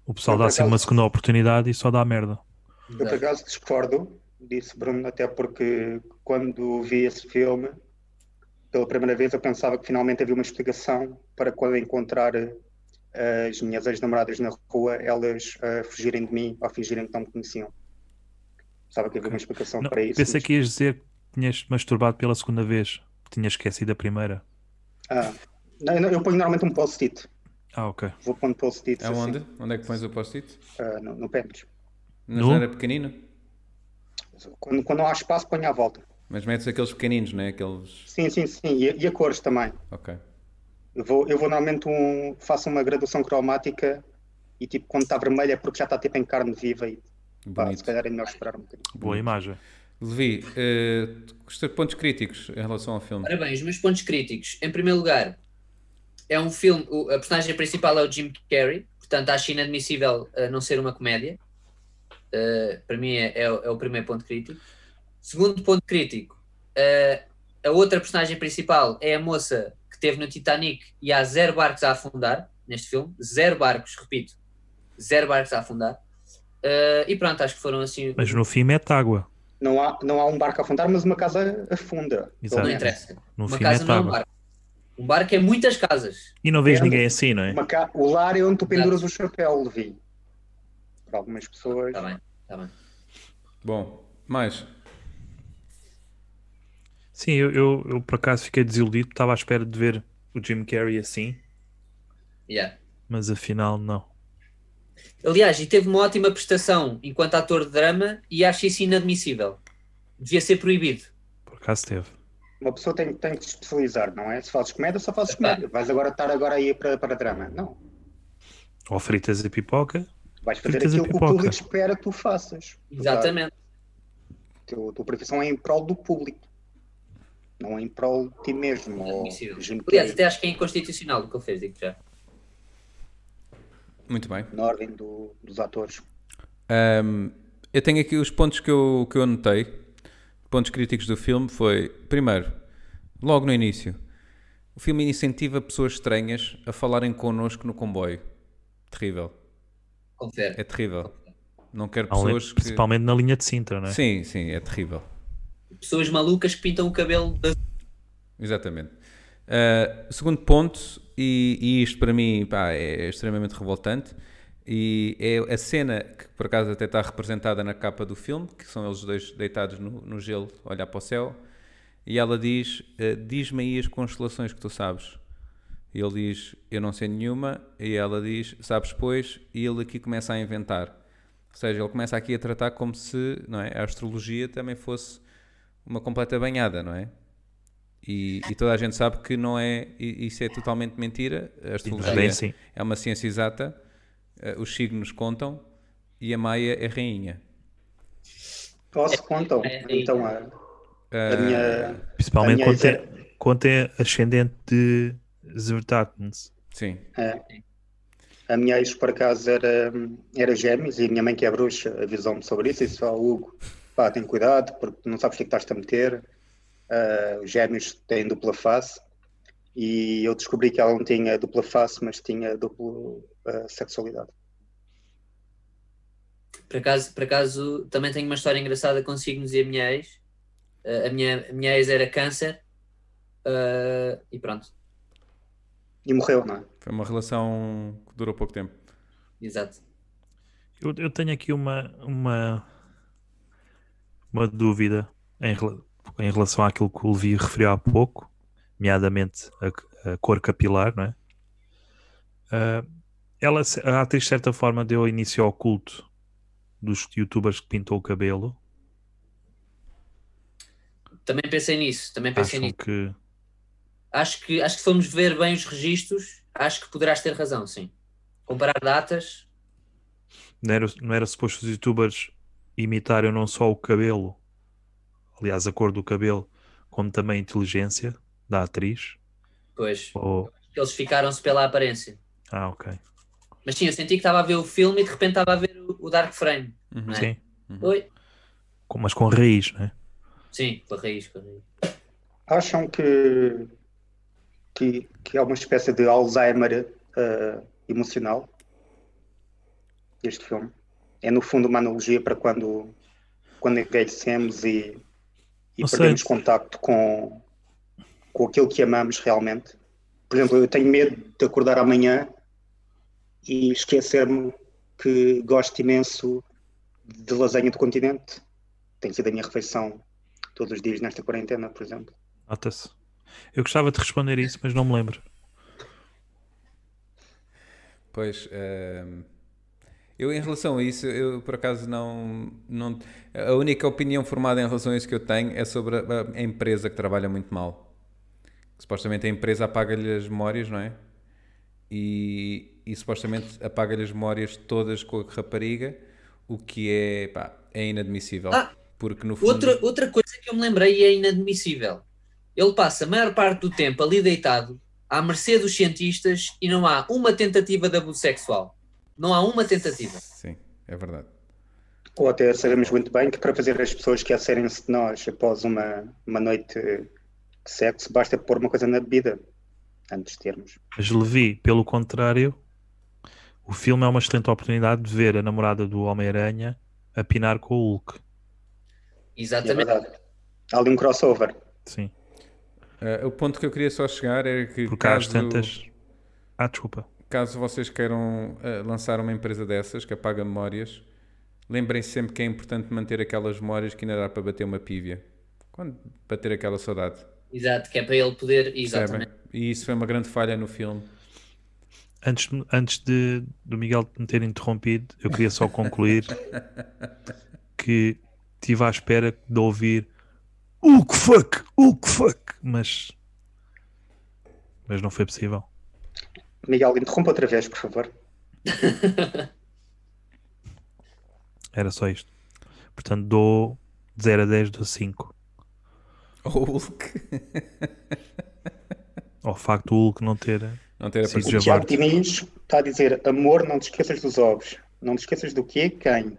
[SPEAKER 2] O pessoal
[SPEAKER 3] Eu, por
[SPEAKER 2] dá-se uma
[SPEAKER 3] acaso-
[SPEAKER 2] segunda oportunidade e só dá merda.
[SPEAKER 3] eu por acaso discordo disso, Bruno, até porque quando vi esse filme pela primeira vez eu pensava que finalmente havia uma explicação para quando encontrar eh, as minhas ex-namoradas na rua, elas eh, fugirem de mim ou fingirem que não me conheciam. Pensava que havia uma explicação
[SPEAKER 2] Não,
[SPEAKER 3] para isso.
[SPEAKER 2] pensei
[SPEAKER 3] mas-
[SPEAKER 2] que ias dizer que tinhas masturbado pela segunda vez. Tinhas esquecido a primeira.
[SPEAKER 3] Ah, não, não, eu ponho normalmente um post-it.
[SPEAKER 2] Ah, ok.
[SPEAKER 3] Vou pondo post-its
[SPEAKER 1] É
[SPEAKER 3] assim,
[SPEAKER 1] onde? Onde é que pões o post-it?
[SPEAKER 3] ah, no, no pênis.
[SPEAKER 1] Na
[SPEAKER 2] No?
[SPEAKER 1] era pequenino?
[SPEAKER 3] Quando, quando não há espaço, ponho à volta.
[SPEAKER 1] Mas metes aqueles pequeninos, não é? Aqueles...
[SPEAKER 3] Sim, sim, sim. E, e a cores também.
[SPEAKER 1] Ok.
[SPEAKER 3] Eu vou, eu vou normalmente um, faço uma graduação cromática e tipo quando está vermelho é porque já está tipo em carne viva e pá, se
[SPEAKER 1] Bonito.
[SPEAKER 3] calhar é melhor esperar um bocadinho.
[SPEAKER 2] Boa imagem.
[SPEAKER 1] Levi, eh, os teus pontos críticos em relação ao filme?
[SPEAKER 4] Ora bem, os meus pontos críticos. Em primeiro lugar, é um filme. o- a personagem principal é o Jim Carrey, portanto acho inadmissível uh, não ser uma comédia. Uh, para mim é, é o- é o primeiro ponto crítico. Segundo ponto crítico, uh, a outra personagem principal é a moça que teve no Titanic e há zero barcos a afundar neste filme. Zero barcos, repito, zero barcos a afundar. Uh, e pronto, acho que foram assim.
[SPEAKER 2] Mas no fim mete água.
[SPEAKER 3] Não há, não há um barco a afundar, mas uma casa afunda. pelo
[SPEAKER 2] Exato.
[SPEAKER 4] não
[SPEAKER 3] menos.
[SPEAKER 4] interessa.
[SPEAKER 2] No
[SPEAKER 4] Uma
[SPEAKER 2] fim
[SPEAKER 4] casa
[SPEAKER 2] mete
[SPEAKER 4] não é um
[SPEAKER 2] água.
[SPEAKER 4] barco. Um barco é muitas casas.
[SPEAKER 2] E não vês
[SPEAKER 3] É,
[SPEAKER 2] ninguém assim, não é?
[SPEAKER 3] Uma ca- O lar é onde tu penduras o chapéu, Levi. Para algumas pessoas.
[SPEAKER 4] Está Tá bem, está bem.
[SPEAKER 1] Bom, mais.
[SPEAKER 2] Sim, eu, eu, eu por acaso fiquei desiludido. Estava à espera de ver o Jim Carrey assim,
[SPEAKER 4] Yeah.
[SPEAKER 2] mas afinal não.
[SPEAKER 4] Aliás, e teve uma ótima prestação enquanto ator de drama e acho isso inadmissível. Devia ser proibido.
[SPEAKER 2] Por acaso teve.
[SPEAKER 3] Uma pessoa tem, tem que se especializar, não é? Se fazes comédia, só fazes
[SPEAKER 4] Epá.
[SPEAKER 3] comédia. Vais agora estar agora aí para, para drama. Não.
[SPEAKER 2] Ou fritas e pipoca.
[SPEAKER 3] Vais fazer
[SPEAKER 2] Fritas e
[SPEAKER 3] aquilo que o
[SPEAKER 2] pipoca.
[SPEAKER 3] público espera que tu faças.
[SPEAKER 4] Exatamente.
[SPEAKER 3] A tua, tua profissão é em prol do público. Não é em prol de ti mesmo. Ou,
[SPEAKER 4] Inadmissível.
[SPEAKER 3] Jim
[SPEAKER 4] é Aliás,
[SPEAKER 3] Carrey,
[SPEAKER 4] até acho que é inconstitucional o que ele fez, digo já.
[SPEAKER 1] Muito bem.
[SPEAKER 3] na ordem do- dos atores.
[SPEAKER 1] Ahm, eu tenho aqui os pontos que eu, que eu anotei. Pontos críticos do filme foi, primeiro, logo no início, o filme incentiva pessoas estranhas a falarem connosco no comboio. Terrível.
[SPEAKER 4] Confere.
[SPEAKER 1] É terrível. Não quero
[SPEAKER 2] Há um-
[SPEAKER 1] pessoas que...
[SPEAKER 2] Principalmente na linha de Sintra, não é?
[SPEAKER 1] Sim, sim, é terrível.
[SPEAKER 4] pessoas malucas que pintam o cabelo de azul.
[SPEAKER 1] Exatamente. Uh, segundo ponto, e, e isto para mim pá, é extremamente revoltante, e é a cena que por acaso até está representada na capa do filme, que são eles dois deitados no, no gelo, a olhar para o céu, e ela diz: eh, Diz-me aí as constelações que tu sabes. E ele diz: Eu não sei nenhuma. E ela diz: Sabes, pois? E ele aqui começa a inventar. Ou seja, ele começa aqui a tratar como se não é, a astrologia também fosse uma completa banhada, não é? E, e toda a gente sabe que não é, e- isso é totalmente mentira. A astrologia
[SPEAKER 2] bem assim.
[SPEAKER 1] é uma ciência exata, eh, os signos contam e a Maia é rainha.
[SPEAKER 3] Posso contam?
[SPEAKER 4] é, é.
[SPEAKER 3] Então, a, a minha.
[SPEAKER 2] Principalmente
[SPEAKER 3] A minha
[SPEAKER 2] quando é, quando é ascendente de Zvertatens.
[SPEAKER 1] Sim,
[SPEAKER 3] A minha ex, por acaso, era, era gêmeos e a minha mãe, que é bruxa, avisou-me sobre isso e disse ao Hugo, pá, tem cuidado porque não sabes o que é que estás-te a meter. Ah, os gêmeos têm dupla face e eu descobri que ela não tinha dupla face, mas tinha dupla ah, sexualidade.
[SPEAKER 4] Por acaso, por acaso, também tenho uma história engraçada com signos e a minha ex. Eh, a, minha, a minha ex era câncer. eh, e pronto,
[SPEAKER 3] E morreu, não é?
[SPEAKER 1] foi uma relação que durou pouco tempo.
[SPEAKER 4] exato.
[SPEAKER 2] Eu, eu tenho aqui uma, uma, uma dúvida em, rela- em relação àquilo que o Levi referiu há pouco, nomeadamente a c- a, cor capilar, não é? Ah, ela, se- a atriz, de certa forma, deu início ao culto dos youtubers que pintou o cabelo.
[SPEAKER 4] Também pensei nisso, também pensei
[SPEAKER 2] Acham
[SPEAKER 4] nisso.
[SPEAKER 2] que.
[SPEAKER 4] Acho que, acho que se formos ver bem os registros, acho que poderás ter razão, sim. Comparar datas,
[SPEAKER 2] não era, não era suposto os youtubers imitarem não só o cabelo, aliás, a cor do cabelo, como também a inteligência da atriz?
[SPEAKER 4] pois,
[SPEAKER 2] Ou...
[SPEAKER 4] eles ficaram-se pela aparência.
[SPEAKER 2] Ah, ok.
[SPEAKER 4] Mas sim, eu senti que estava a ver o filme e de repente estava a ver o, o Dark Frame.
[SPEAKER 1] Uhum.
[SPEAKER 4] não é?
[SPEAKER 2] Sim,
[SPEAKER 4] Oi?
[SPEAKER 2] com- mas com raiz, né?
[SPEAKER 4] Sim, pela raiz, pela raiz.
[SPEAKER 3] Acham que, que, que é uma espécie de Alzheimer eh, emocional? Este filme. É, no fundo, uma analogia para quando, quando envelhecemos e, e
[SPEAKER 2] Não sei.
[SPEAKER 3] perdemos contacto com, com aquilo que amamos realmente. Por exemplo, eu tenho medo de acordar amanhã e esquecer-me que gosto imenso de lasanha do continente. Tem sido a minha refeição todos os dias nesta quarentena, por exemplo.
[SPEAKER 2] Nota-se. Eu gostava de responder isso, mas não me lembro.
[SPEAKER 1] Pois, ehm, eu em relação a isso, eu por acaso não, não. A única opinião formada em relação a isso que eu tenho é sobre a, a empresa que trabalha muito mal. Supostamente a empresa apaga-lhe as memórias, não é? E, e supostamente apaga-lhe as memórias todas com a rapariga, o que é, pá, é inadmissível.
[SPEAKER 4] Ah,
[SPEAKER 1] porque no fundo.
[SPEAKER 4] Outra, outra coisa que eu me lembrei e é inadmissível. Ele passa a maior parte do tempo ali deitado, à mercê dos cientistas, e não há uma tentativa de abuso sexual. Não há uma tentativa.
[SPEAKER 1] Sim, é verdade.
[SPEAKER 3] Ou até sabemos muito bem que para fazer as pessoas que acerem-se de nós após uma, uma noite de sexo, basta pôr uma coisa na bebida antes de termos.
[SPEAKER 2] Mas Levi, pelo contrário, o filme é uma excelente oportunidade de ver a namorada do Homem-Aranha a pinar com o Hulk.
[SPEAKER 3] É
[SPEAKER 4] Exatamente.
[SPEAKER 3] verdade. Há ali um crossover.
[SPEAKER 2] Sim,
[SPEAKER 1] Ah, o ponto que eu queria só chegar era que.
[SPEAKER 2] porque há às
[SPEAKER 1] caso-
[SPEAKER 2] tantas. Ah, desculpa.
[SPEAKER 1] Caso vocês queiram eh, lançar uma empresa dessas que apaga memórias, lembrem-se sempre que é importante manter aquelas memórias que ainda dá para bater uma pívia. Quando bater aquela saudade.
[SPEAKER 4] Exato, que é para ele poder.
[SPEAKER 1] Percebem?
[SPEAKER 4] Exatamente.
[SPEAKER 1] E isso foi uma grande falha no filme.
[SPEAKER 2] Antes, antes de, do Miguel me ter interrompido, eu queria só concluir que estive à espera de ouvir o que fuck, o que fuck, mas, mas não foi possível.
[SPEAKER 3] Miguel, interrompa outra vez, por favor.
[SPEAKER 2] Era só isto. Portanto, dou de 0 a 10, dou 5.
[SPEAKER 1] Hulk.
[SPEAKER 2] Ao facto do Hulk não ter.
[SPEAKER 1] Não ter
[SPEAKER 2] Sim,
[SPEAKER 1] aparecido.
[SPEAKER 2] sim.
[SPEAKER 3] O Tiago Diniz está a dizer: amor, não te esqueças dos ovos. Não te esqueças do quê? Quem?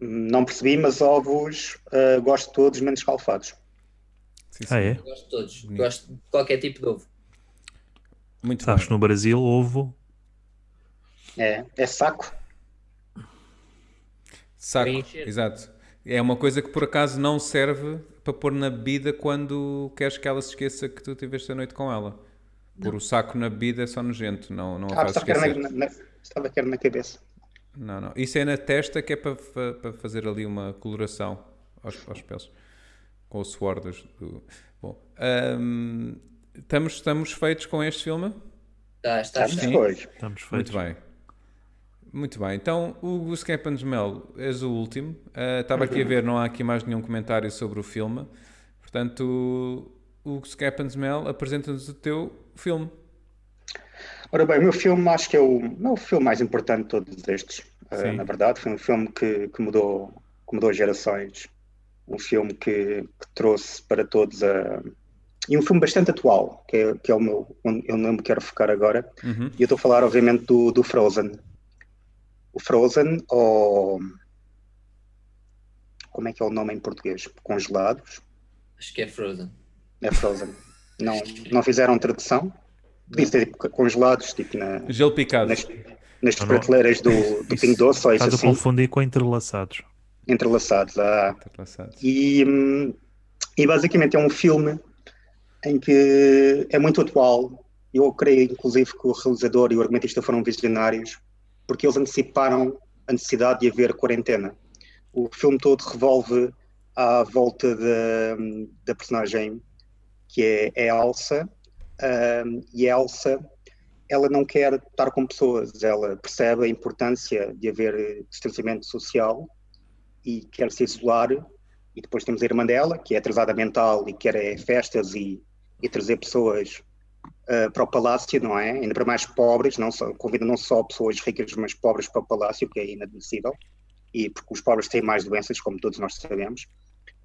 [SPEAKER 3] Hum, Não percebi, mas ovos ah, gosto de todos, menos calfados.
[SPEAKER 1] Sim, sim.
[SPEAKER 2] Ah, é?
[SPEAKER 4] Eu gosto de todos.
[SPEAKER 1] Bonito.
[SPEAKER 4] Gosto de qualquer tipo de ovo.
[SPEAKER 1] Muito
[SPEAKER 2] Sabes,
[SPEAKER 1] bem.
[SPEAKER 2] que no Brasil, ovo.
[SPEAKER 3] É, é saco.
[SPEAKER 1] Saco.
[SPEAKER 4] Preencher.
[SPEAKER 1] Exato. É uma coisa que por acaso não serve para pôr na bebida quando queres que ela se esqueça que tu tiveste a noite com ela. Pôr o saco na bebida é só nojento, não, não a
[SPEAKER 3] Ah,
[SPEAKER 1] faz
[SPEAKER 3] estava que, era
[SPEAKER 1] esquecer.
[SPEAKER 3] na, na, estava que era na cabeça.
[SPEAKER 1] Não, não. Isso é na testa que é para, fa- para fazer ali uma coloração aos, aos pelos. Com o suor dos. do- Bom. ahm, estamos, estamos feitos com este filme?
[SPEAKER 4] Tá, está, está.
[SPEAKER 3] Pois.
[SPEAKER 2] Estamos
[SPEAKER 1] Muito
[SPEAKER 2] feitos.
[SPEAKER 1] bem. Muito bem. Então, o Gus Campans Melo és o último. Ah, Estava aqui a ver, não há aqui mais nenhum comentário sobre o filme. Portanto, o Gus Campans Melo apresenta-nos o teu filme.
[SPEAKER 3] Ora bem, o meu filme acho que é o, não é o filme mais importante de todos estes, eh,
[SPEAKER 1] Sim.
[SPEAKER 3] na verdade. Foi um filme que, que mudou, que mudou gerações. Um filme que, que trouxe para todos a. E um filme bastante atual, que é, que é o meu, onde eu não me quero focar agora.
[SPEAKER 1] Uhum.
[SPEAKER 3] E eu estou a falar, obviamente, do, do Frozen. O Frozen, ou. Como é que é o nome em português? Congelados?
[SPEAKER 4] Acho que é Frozen.
[SPEAKER 3] É Frozen. não, não fizeram tradução? Podia ser tipo, congelados, tipo na,
[SPEAKER 1] Gelo Picado.
[SPEAKER 3] nas, nas
[SPEAKER 2] Não, não.
[SPEAKER 3] prateleiras do, do
[SPEAKER 2] Isso. Tá
[SPEAKER 3] Pingo Doce, ou isso
[SPEAKER 2] Estás a
[SPEAKER 3] assim,
[SPEAKER 2] confundir com entrelaçados.
[SPEAKER 3] entrelaçados. Ah,
[SPEAKER 1] Entrelaçados.
[SPEAKER 3] e, hum, e basicamente é um filme em que é muito atual. Eu creio, inclusive, que o realizador e o argumentista foram visionários, porque eles anteciparam a necessidade de haver quarentena. O filme todo revolve à volta da, da personagem que é, é a Elsa, hum, e a Elsa ela não quer estar com pessoas, ela percebe a importância de haver eh, distanciamento social e quer se isolar. E depois temos a irmã dela, que é atrasada mental e quer eh, festas e, e trazer pessoas eh, para o palácio, não é? Ainda para mais pobres, não só, convida não só pessoas ricas, mas pobres para o palácio, que é inadmissível. E porque os pobres têm mais doenças, como todos nós sabemos.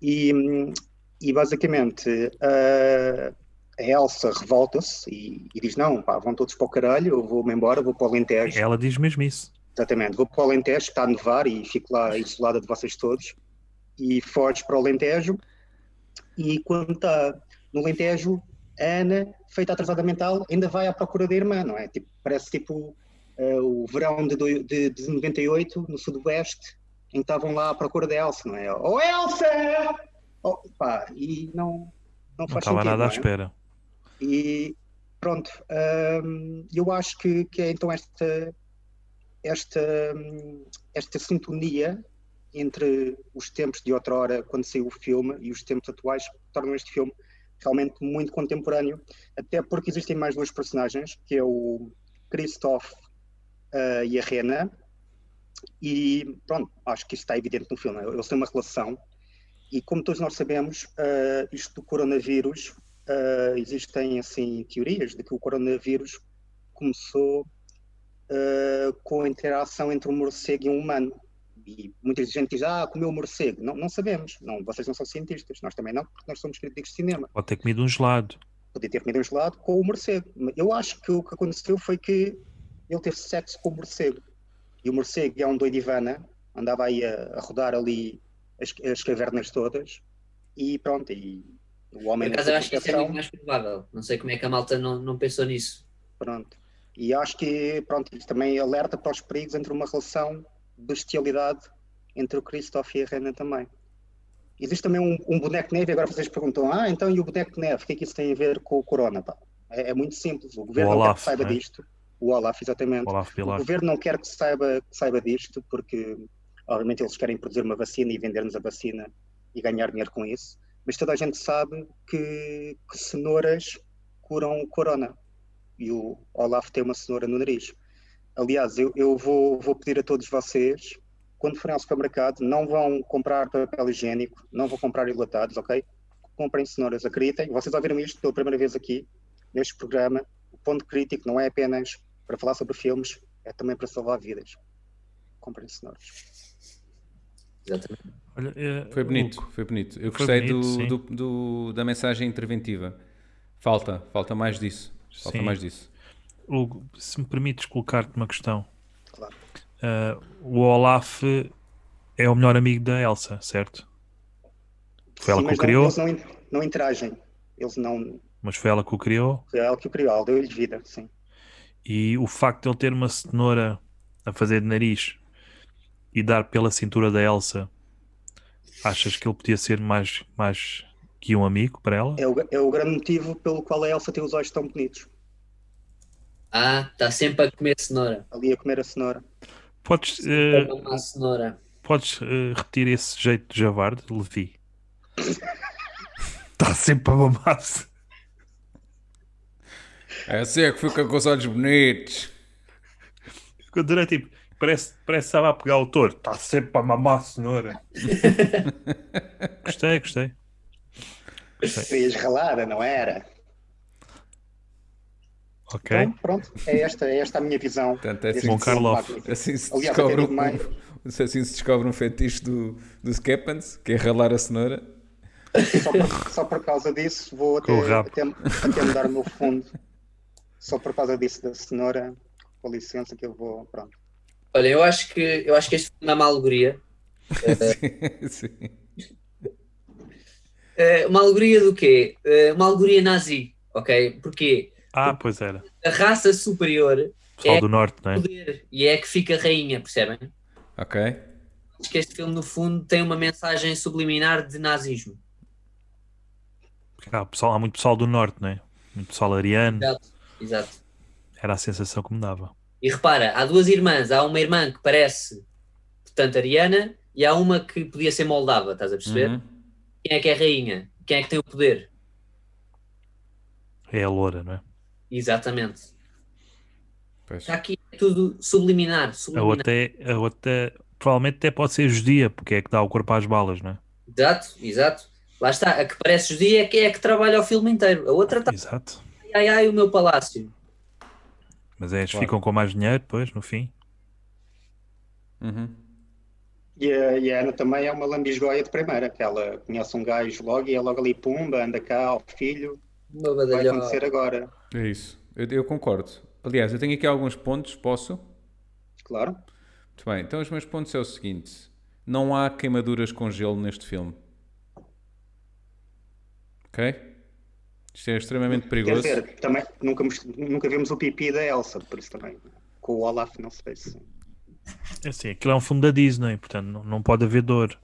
[SPEAKER 3] E, hum, e basicamente, ah, a Elsa revolta-se e, e diz: Não, pá, vão todos para o caralho, eu vou-me embora, vou para o Alentejo.
[SPEAKER 2] Ela diz mesmo isso.
[SPEAKER 3] Exatamente, vou para o Alentejo, está a nevar e fico lá isolada de vocês todos. E foge para o Alentejo. E quando está no Alentejo, a Ana, feita atrasada mental, ainda vai à procura da irmã, não é? Tipo, parece tipo eh, o verão de, doi- de, de 98, no Sudoeste, em que estavam lá à procura da Elsa, não é? Oh, Elsa! Oh, pá, e não, não
[SPEAKER 2] Não
[SPEAKER 3] faz
[SPEAKER 2] estava
[SPEAKER 3] sentido,
[SPEAKER 2] nada à
[SPEAKER 3] não é?
[SPEAKER 2] espera.
[SPEAKER 3] E pronto, hum, eu acho que, que é então esta, esta, hum, esta sintonia entre os tempos de outrora, quando saiu o filme, e os tempos atuais, que tornam este filme realmente muito contemporâneo, até porque existem mais dois personagens, que é o Christoph ah, e a Rena, e pronto, acho que isso está evidente no filme, né? eles têm uma relação, e como todos nós sabemos, ah, isto do coronavírus Uh, existem assim teorias de que o coronavírus começou uh, com a interação entre um morcego e um humano. E muita gente diz, ah, comeu um morcego. Não, não sabemos. Não, vocês não são cientistas. Nós também não, porque nós somos críticos de cinema
[SPEAKER 2] Pode ter comido um gelado.
[SPEAKER 3] podia ter comido um gelado com o morcego. Eu acho que o que aconteceu foi que ele teve sexo com o morcego. E o morcego é um doidivana, andava aí a, a rodar ali as, as cavernas todas. E pronto, e o
[SPEAKER 4] Por
[SPEAKER 3] homem
[SPEAKER 4] acaso, eu
[SPEAKER 3] nessa
[SPEAKER 4] acho que isso é
[SPEAKER 3] situação,
[SPEAKER 4] muito mais provável. Não sei como é que a malta não, não pensou nisso.
[SPEAKER 3] pronto. E acho que, pronto, isto também alerta para os perigos entre uma relação de bestialidade entre o Christoph e a Rena também. Existe também um, um boneco de neve, agora vocês perguntam, ah, então e o boneco de neve, o que é que isso tem a ver com o corona? Pá? É, é muito simples, o governo não quer
[SPEAKER 2] Olaf,
[SPEAKER 3] que saiba
[SPEAKER 2] né?
[SPEAKER 3] disto, o Olaf, exatamente.
[SPEAKER 2] Olavo
[SPEAKER 3] O
[SPEAKER 2] Pilar.
[SPEAKER 3] governo não quer que saiba, que saiba disto, porque obviamente eles querem produzir uma vacina e vender-nos a vacina e ganhar dinheiro com isso, mas toda a gente sabe que, que cenouras curam o corona e o Olaf tem uma cenoura no nariz. Aliás, eu, eu vou, vou pedir a todos vocês, quando forem ao supermercado, não vão comprar papel higiênico, não vão comprar enlatados, ok? Comprem cenouras, acreditem. Vocês ouviram isto pela primeira vez aqui, neste programa. O ponto crítico não é apenas para falar sobre filmes, é também para salvar vidas. Comprem cenouras.
[SPEAKER 4] Exatamente.
[SPEAKER 2] Olha, é,
[SPEAKER 1] Foi bonito,
[SPEAKER 2] o-
[SPEAKER 1] foi bonito. Eu
[SPEAKER 2] Foi
[SPEAKER 1] gostei
[SPEAKER 2] bonito,
[SPEAKER 1] do-
[SPEAKER 2] sim.
[SPEAKER 1] do, do- da mensagem interventiva. Falta, falta mais disso. Falta
[SPEAKER 2] Sim.
[SPEAKER 1] mais disso.
[SPEAKER 2] Hugo, se me permites colocar-te uma questão.
[SPEAKER 3] Claro.
[SPEAKER 2] Ah, o Olaf é o melhor amigo da Elsa, certo? Foi ela
[SPEAKER 3] Sim,
[SPEAKER 2] que o
[SPEAKER 3] mas não-
[SPEAKER 2] criou,
[SPEAKER 3] Eles não, in- não interagem. Eles não.
[SPEAKER 2] mas foi ela que o criou.
[SPEAKER 3] É ela que o criou, ela deu-lhe vida, sim.
[SPEAKER 2] E o facto de ele ter uma cenoura a fazer de nariz e dar pela cintura da Elsa Achas que ele podia ser mais, mais que um amigo para ela?
[SPEAKER 3] É o, é o grande motivo pelo qual a Elsa tem os olhos tão bonitos.
[SPEAKER 4] Ah, está sempre a comer cenoura.
[SPEAKER 3] Ali a comer a cenoura.
[SPEAKER 2] Podes, eh,
[SPEAKER 4] Pega uma cenoura.
[SPEAKER 2] podes eh, repetir esse jeito de javarde, Levi? Está Tá sempre a mamar-se.
[SPEAKER 1] É assim é que fica com os olhos bonitos.
[SPEAKER 2] Eu adorei, tipo, parece, parece que estava a pegar o touro. Está Tá sempre a mamar, senhora. gostei, gostei. é.
[SPEAKER 3] Querias ralada, não era?
[SPEAKER 2] Ok.
[SPEAKER 3] Então, pronto, é esta, é esta a minha visão.
[SPEAKER 1] Portanto, é
[SPEAKER 3] deste
[SPEAKER 1] assim
[SPEAKER 2] Bom,
[SPEAKER 3] filme
[SPEAKER 2] Karloff.
[SPEAKER 3] magnífico.
[SPEAKER 1] Assim se
[SPEAKER 3] Aliás,
[SPEAKER 1] descobre
[SPEAKER 3] até
[SPEAKER 1] um,
[SPEAKER 3] digo mais.
[SPEAKER 1] assim se descobre um fetiche do, do Skeppans, que é ralar a cenoura.
[SPEAKER 3] Só por, só por causa disso, vou até,
[SPEAKER 2] Com o rabo.
[SPEAKER 3] até, até mudar o meu fundo. Só por causa disso da cenoura. Com licença que eu vou. Pronto.
[SPEAKER 4] Olha, eu acho que eu acho que este filme é uma alegoria.
[SPEAKER 3] É.
[SPEAKER 1] Sim, sim.
[SPEAKER 4] Eh, uma alegoria do quê? Eh, uma alegoria nazi, ok? Porque
[SPEAKER 2] Ah, pois era.
[SPEAKER 4] a raça superior
[SPEAKER 2] Pessoal
[SPEAKER 4] É.
[SPEAKER 2] do Norte, não é?
[SPEAKER 4] poder e é a que fica rainha, percebem?
[SPEAKER 1] Ok.
[SPEAKER 4] Acho que este filme, no fundo, tem uma mensagem subliminar de nazismo.
[SPEAKER 2] Porque há, pessoal, há muito pessoal do Norte, não é? Muito pessoal ariano.
[SPEAKER 4] Exato. Exato.
[SPEAKER 2] Era a sensação que me dava.
[SPEAKER 4] E repara, há duas irmãs. Há uma irmã que parece, portanto, ariana, e há uma que podia ser moldava, estás a perceber?
[SPEAKER 1] Uhum.
[SPEAKER 4] Quem é que é rainha? Quem é que tem o poder?
[SPEAKER 2] É a loura, não é?
[SPEAKER 4] Exatamente.
[SPEAKER 1] Pois.
[SPEAKER 4] Está aqui tudo subliminar.
[SPEAKER 2] A
[SPEAKER 4] subliminar.
[SPEAKER 2] outra, é- a outra é- provavelmente até pode ser judia, porque é que dá o corpo às balas, não é?
[SPEAKER 4] Exato, exato. Lá está, a que parece judia é que é a que trabalha o filme inteiro. A outra está,
[SPEAKER 2] Exato.
[SPEAKER 4] ai, ai, ai, o meu palácio.
[SPEAKER 2] Mas é, eles
[SPEAKER 1] Claro.
[SPEAKER 2] ficam com mais dinheiro depois, no fim.
[SPEAKER 1] Uhum.
[SPEAKER 3] E a, e a Ana também é uma lambisgoia de primeira, que ela conhece um gajo logo e é logo ali, pumba, anda cá, ó filho,
[SPEAKER 4] Uma
[SPEAKER 3] vai
[SPEAKER 4] badalhoca.
[SPEAKER 3] acontecer agora.
[SPEAKER 1] É isso. Eu, eu concordo. Aliás, eu tenho aqui alguns pontos, posso?
[SPEAKER 3] Claro.
[SPEAKER 1] Muito bem. Então, os meus pontos é o seguinte: não há queimaduras com gelo neste filme. Ok? Isto é extremamente
[SPEAKER 3] Quer
[SPEAKER 1] perigoso.
[SPEAKER 3] dizer, também nunca, mos- nunca vimos o pipi da Elsa, por isso também. Com o Olaf, não sei se.
[SPEAKER 2] É assim, aquilo é um filme da Disney, portanto não, não pode haver dor.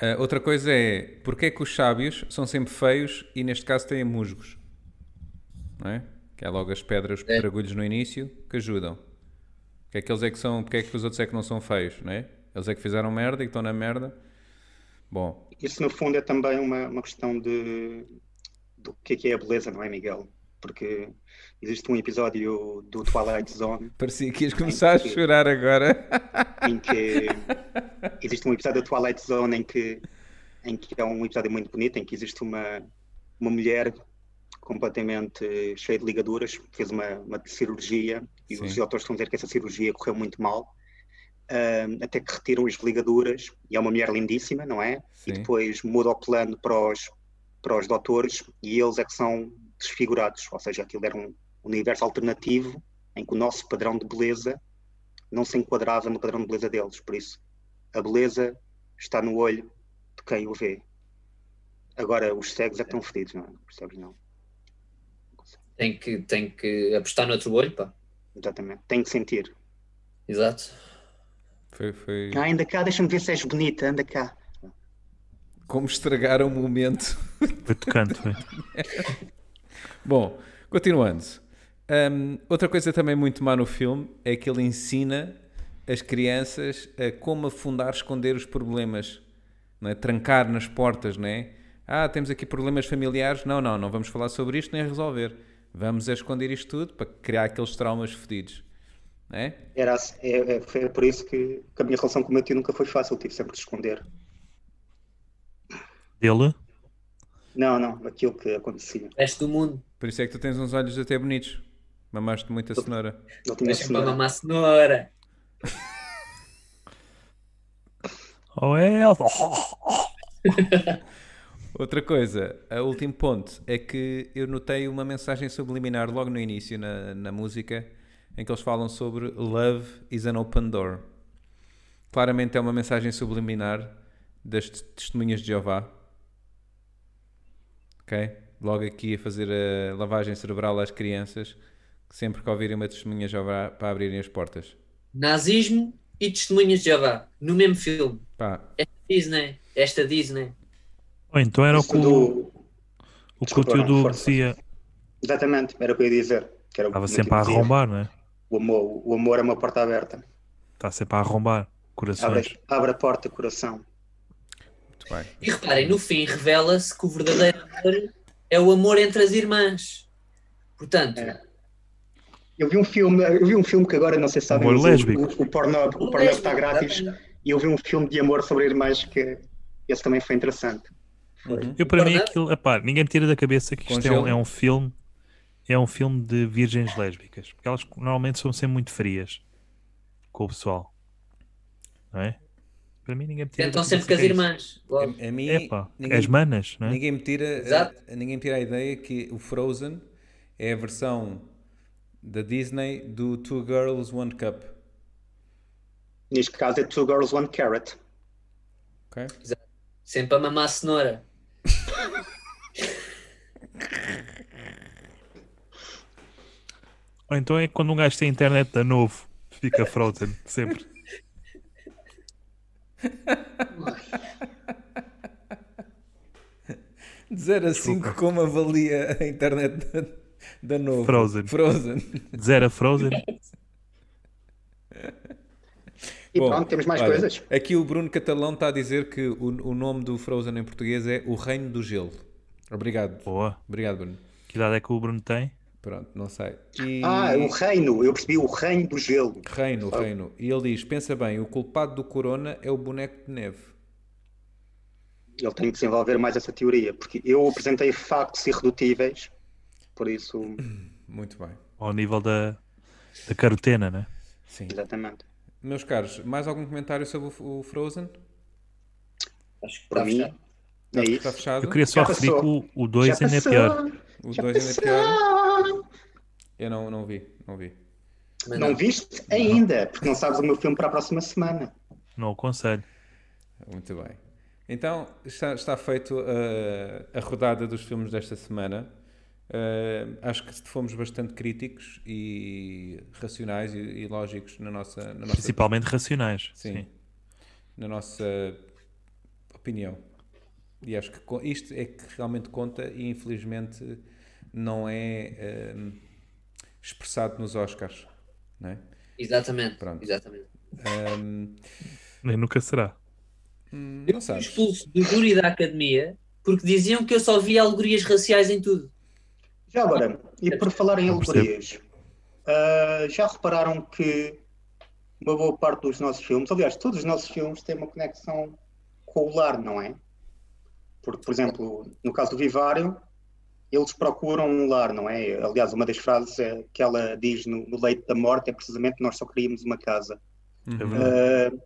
[SPEAKER 1] Ah, outra coisa é porque é que os sábios são sempre feios e neste caso têm musgos? Não é? Que há logo as pedras, os
[SPEAKER 3] É.
[SPEAKER 1] pedregulhos no início que ajudam. Porque é que eles é que são, porque é que os outros é que não são feios, não é? Eles é que fizeram merda e que estão na merda. Bom,
[SPEAKER 3] Isso, no fundo, é também uma, uma questão de do que é que é a beleza, não é, Miguel? Porque existe um episódio do Twilight Zone
[SPEAKER 1] parecia que ias começar a chorar agora.
[SPEAKER 3] em que existe um episódio da Twilight Zone em que, em que é um episódio muito bonito, em que existe uma, uma mulher completamente cheia de ligaduras, fez uma, uma cirurgia e os
[SPEAKER 1] Sim.
[SPEAKER 3] doutores estão a dizer que essa cirurgia correu muito mal, ahm, até que retiram as ligaduras e é uma mulher lindíssima, não é?
[SPEAKER 1] Sim.
[SPEAKER 3] E depois muda o plano para os, para os doutores e eles é que são desfigurados, ou seja, aquilo era um universo alternativo em que o nosso padrão de beleza não se enquadrava no padrão de beleza deles. Por isso, a beleza está no olho de quem o vê. Agora, os cegos é que estão fedidos, não é? Percebes? Não.
[SPEAKER 4] Tem que, tem que apostar no outro olho, pá.
[SPEAKER 3] Exatamente. Tem que sentir.
[SPEAKER 4] Exato.
[SPEAKER 1] Foi, foi
[SPEAKER 3] Ah, anda cá, deixa-me ver se és bonita, anda cá.
[SPEAKER 1] como estragar o momento.
[SPEAKER 2] Foi tocante, foi.
[SPEAKER 1] Bom, continuando. Hum, outra coisa também muito má no filme é que ele ensina as crianças a como afundar, esconder os problemas, não é? trancar nas portas, não é? Ah, temos aqui problemas familiares. Não, não, não vamos falar sobre isto nem resolver. Vamos a esconder isto tudo para criar aqueles traumas fedidos, não é?
[SPEAKER 3] Era, assim- é, é- foi por isso que, que a minha relação com o meu tio nunca foi fácil, tive sempre de esconder.
[SPEAKER 2] Dele,
[SPEAKER 3] Não, não, aquilo que acontecia.
[SPEAKER 4] O resto do mundo.
[SPEAKER 1] Por isso é que tu tens uns olhos até bonitos. Mamaste muita cenoura.
[SPEAKER 3] Não tinha
[SPEAKER 4] Deixa-me
[SPEAKER 3] cenoura.
[SPEAKER 4] mamar cenoura.
[SPEAKER 2] ou é ela?
[SPEAKER 1] Outra coisa, o último ponto é que eu notei uma mensagem subliminar logo no início na, na música em que eles falam sobre Love is an open door. Claramente é uma mensagem subliminar das te- testemunhas de Jeová. Ok? Logo aqui a fazer a lavagem cerebral às crianças que sempre que ouvirem uma testemunha de Jeová para abrirem as portas.
[SPEAKER 4] Nazismo e testemunhas de Jeová. No mesmo filme.
[SPEAKER 1] Pá,
[SPEAKER 4] Disney, esta Disney.
[SPEAKER 2] Ou então era o
[SPEAKER 3] Isso
[SPEAKER 2] que o,
[SPEAKER 3] do-
[SPEAKER 2] o que o
[SPEAKER 3] Desculpa,
[SPEAKER 2] tio
[SPEAKER 3] não,
[SPEAKER 2] Du
[SPEAKER 3] força.
[SPEAKER 2] dizia.
[SPEAKER 3] Exatamente, era o que eu ia dizer. que era o
[SPEAKER 2] Estava
[SPEAKER 3] que o meu
[SPEAKER 2] sempre
[SPEAKER 3] tio
[SPEAKER 2] a
[SPEAKER 3] dizia.
[SPEAKER 2] arrombar, não é?
[SPEAKER 3] O amor, o amor é uma porta aberta.
[SPEAKER 2] Está sempre a arrombar corações.
[SPEAKER 3] Abre, abre a porta, coração.
[SPEAKER 1] Muito bem.
[SPEAKER 4] E reparem, no fim revela-se que o verdadeiro amor é o amor entre as irmãs. Portanto,
[SPEAKER 3] É. Eu vi um filme, eu vi um filme que agora não sei se sabem,
[SPEAKER 2] Amor
[SPEAKER 3] mas o-
[SPEAKER 2] lésbico.
[SPEAKER 3] o, o Pornhub,
[SPEAKER 4] um
[SPEAKER 3] o Pornhub está grátis. E eu vi um filme de amor sobre irmãs que esse também foi interessante.
[SPEAKER 1] Uhum.
[SPEAKER 2] Eu para mim
[SPEAKER 4] Verdade.
[SPEAKER 2] aquilo, epá, ninguém me tira da cabeça que isto é um,
[SPEAKER 1] Congela.
[SPEAKER 2] é um filme, é um filme de virgens lésbicas, porque elas normalmente são sempre muito frias com o pessoal, não é? Para mim ninguém me tira.
[SPEAKER 4] tentam
[SPEAKER 2] da
[SPEAKER 4] sempre
[SPEAKER 2] cabeça
[SPEAKER 4] com as
[SPEAKER 2] que é isso.
[SPEAKER 4] irmãs. Logo.
[SPEAKER 1] A, a mim,
[SPEAKER 2] Epá,
[SPEAKER 1] ninguém,
[SPEAKER 2] as manas, não é?
[SPEAKER 1] ninguém me tira,
[SPEAKER 4] Exato.
[SPEAKER 1] a, ninguém me tira a ideia que o Frozen é a versão da Disney do Two Girls One Cup.
[SPEAKER 3] Neste caso é Two Girls, One Carrot.
[SPEAKER 1] Ok?
[SPEAKER 4] Sempre a mamar a cenoura.
[SPEAKER 2] Ou então é quando um gajo tem internet da novo, fica Frozen sempre.
[SPEAKER 1] De 0 a 5, assim como avalia a internet da, da Novo?
[SPEAKER 2] Frozen.
[SPEAKER 1] Frozen.
[SPEAKER 2] De zero a Frozen,
[SPEAKER 3] E pronto, temos mais
[SPEAKER 1] olha,
[SPEAKER 3] coisas.
[SPEAKER 1] Aqui o Bruno Catalão está a dizer que o, o nome do Frozen em português é O Reino do Gelo. Obrigado.
[SPEAKER 2] boa.
[SPEAKER 1] Obrigado, Bruno.
[SPEAKER 2] Que idade é que o Bruno tem?
[SPEAKER 1] Pronto, não sei. E-
[SPEAKER 3] Ah, o reino, eu percebi o reino do gelo.
[SPEAKER 1] Reino, reino. E ele diz: pensa bem, o culpado do corona é o boneco de neve.
[SPEAKER 3] Ele tem que desenvolver mais essa teoria, porque eu apresentei factos irredutíveis, por isso,
[SPEAKER 1] Muito bem.
[SPEAKER 2] Ao nível da, da carotena, né?
[SPEAKER 1] Sim.
[SPEAKER 3] exatamente.
[SPEAKER 1] Meus caros, mais algum comentário sobre o, o Frozen?
[SPEAKER 4] Acho que
[SPEAKER 3] Para mim,
[SPEAKER 4] está.
[SPEAKER 3] é
[SPEAKER 1] Está
[SPEAKER 3] isso.
[SPEAKER 1] Tá fechado?
[SPEAKER 2] Eu queria só
[SPEAKER 3] Já
[SPEAKER 2] referir que
[SPEAKER 3] passou.
[SPEAKER 2] o- o 2 ainda é pior.
[SPEAKER 1] O
[SPEAKER 3] Já
[SPEAKER 1] 2 ainda é
[SPEAKER 3] passou.
[SPEAKER 1] pior. Eu não, não vi, não vi.
[SPEAKER 4] Mas
[SPEAKER 3] Não viste ainda, porque não sabes o meu filme para a próxima semana.
[SPEAKER 2] Não aconselho.
[SPEAKER 1] Muito bem. Então, está, está feito eh, a rodada dos filmes desta semana. Eh, acho que fomos bastante críticos e racionais e, e lógicos na nossa, na nossa,
[SPEAKER 2] Principalmente racionais.
[SPEAKER 1] Sim.
[SPEAKER 2] sim.
[SPEAKER 1] na nossa opinião. E acho que co- isto é que realmente conta e infelizmente não é eh, expressado nos Oscars. Não é?
[SPEAKER 4] Exatamente.
[SPEAKER 1] Pronto.
[SPEAKER 4] Exatamente.
[SPEAKER 2] Nem nunca será.
[SPEAKER 1] Hum,
[SPEAKER 4] Eu
[SPEAKER 1] Não
[SPEAKER 2] Tá.
[SPEAKER 4] fui
[SPEAKER 1] sabes.
[SPEAKER 4] expulso do júri da academia porque diziam que eu só via alegorias raciais em tudo.
[SPEAKER 3] Já agora, e por falar em
[SPEAKER 2] Não percebo.
[SPEAKER 3] alegorias, ah, já repararam que uma boa parte dos nossos filmes, aliás, todos os nossos filmes têm uma conexão com o lar, não é? Porque, por exemplo, no caso do Vivário, eles procuram um lar, não é? Aliás, uma das frases é, que ela diz no, no leito da morte é precisamente nós só queríamos uma casa.
[SPEAKER 2] É
[SPEAKER 1] Uhum.
[SPEAKER 2] verdade.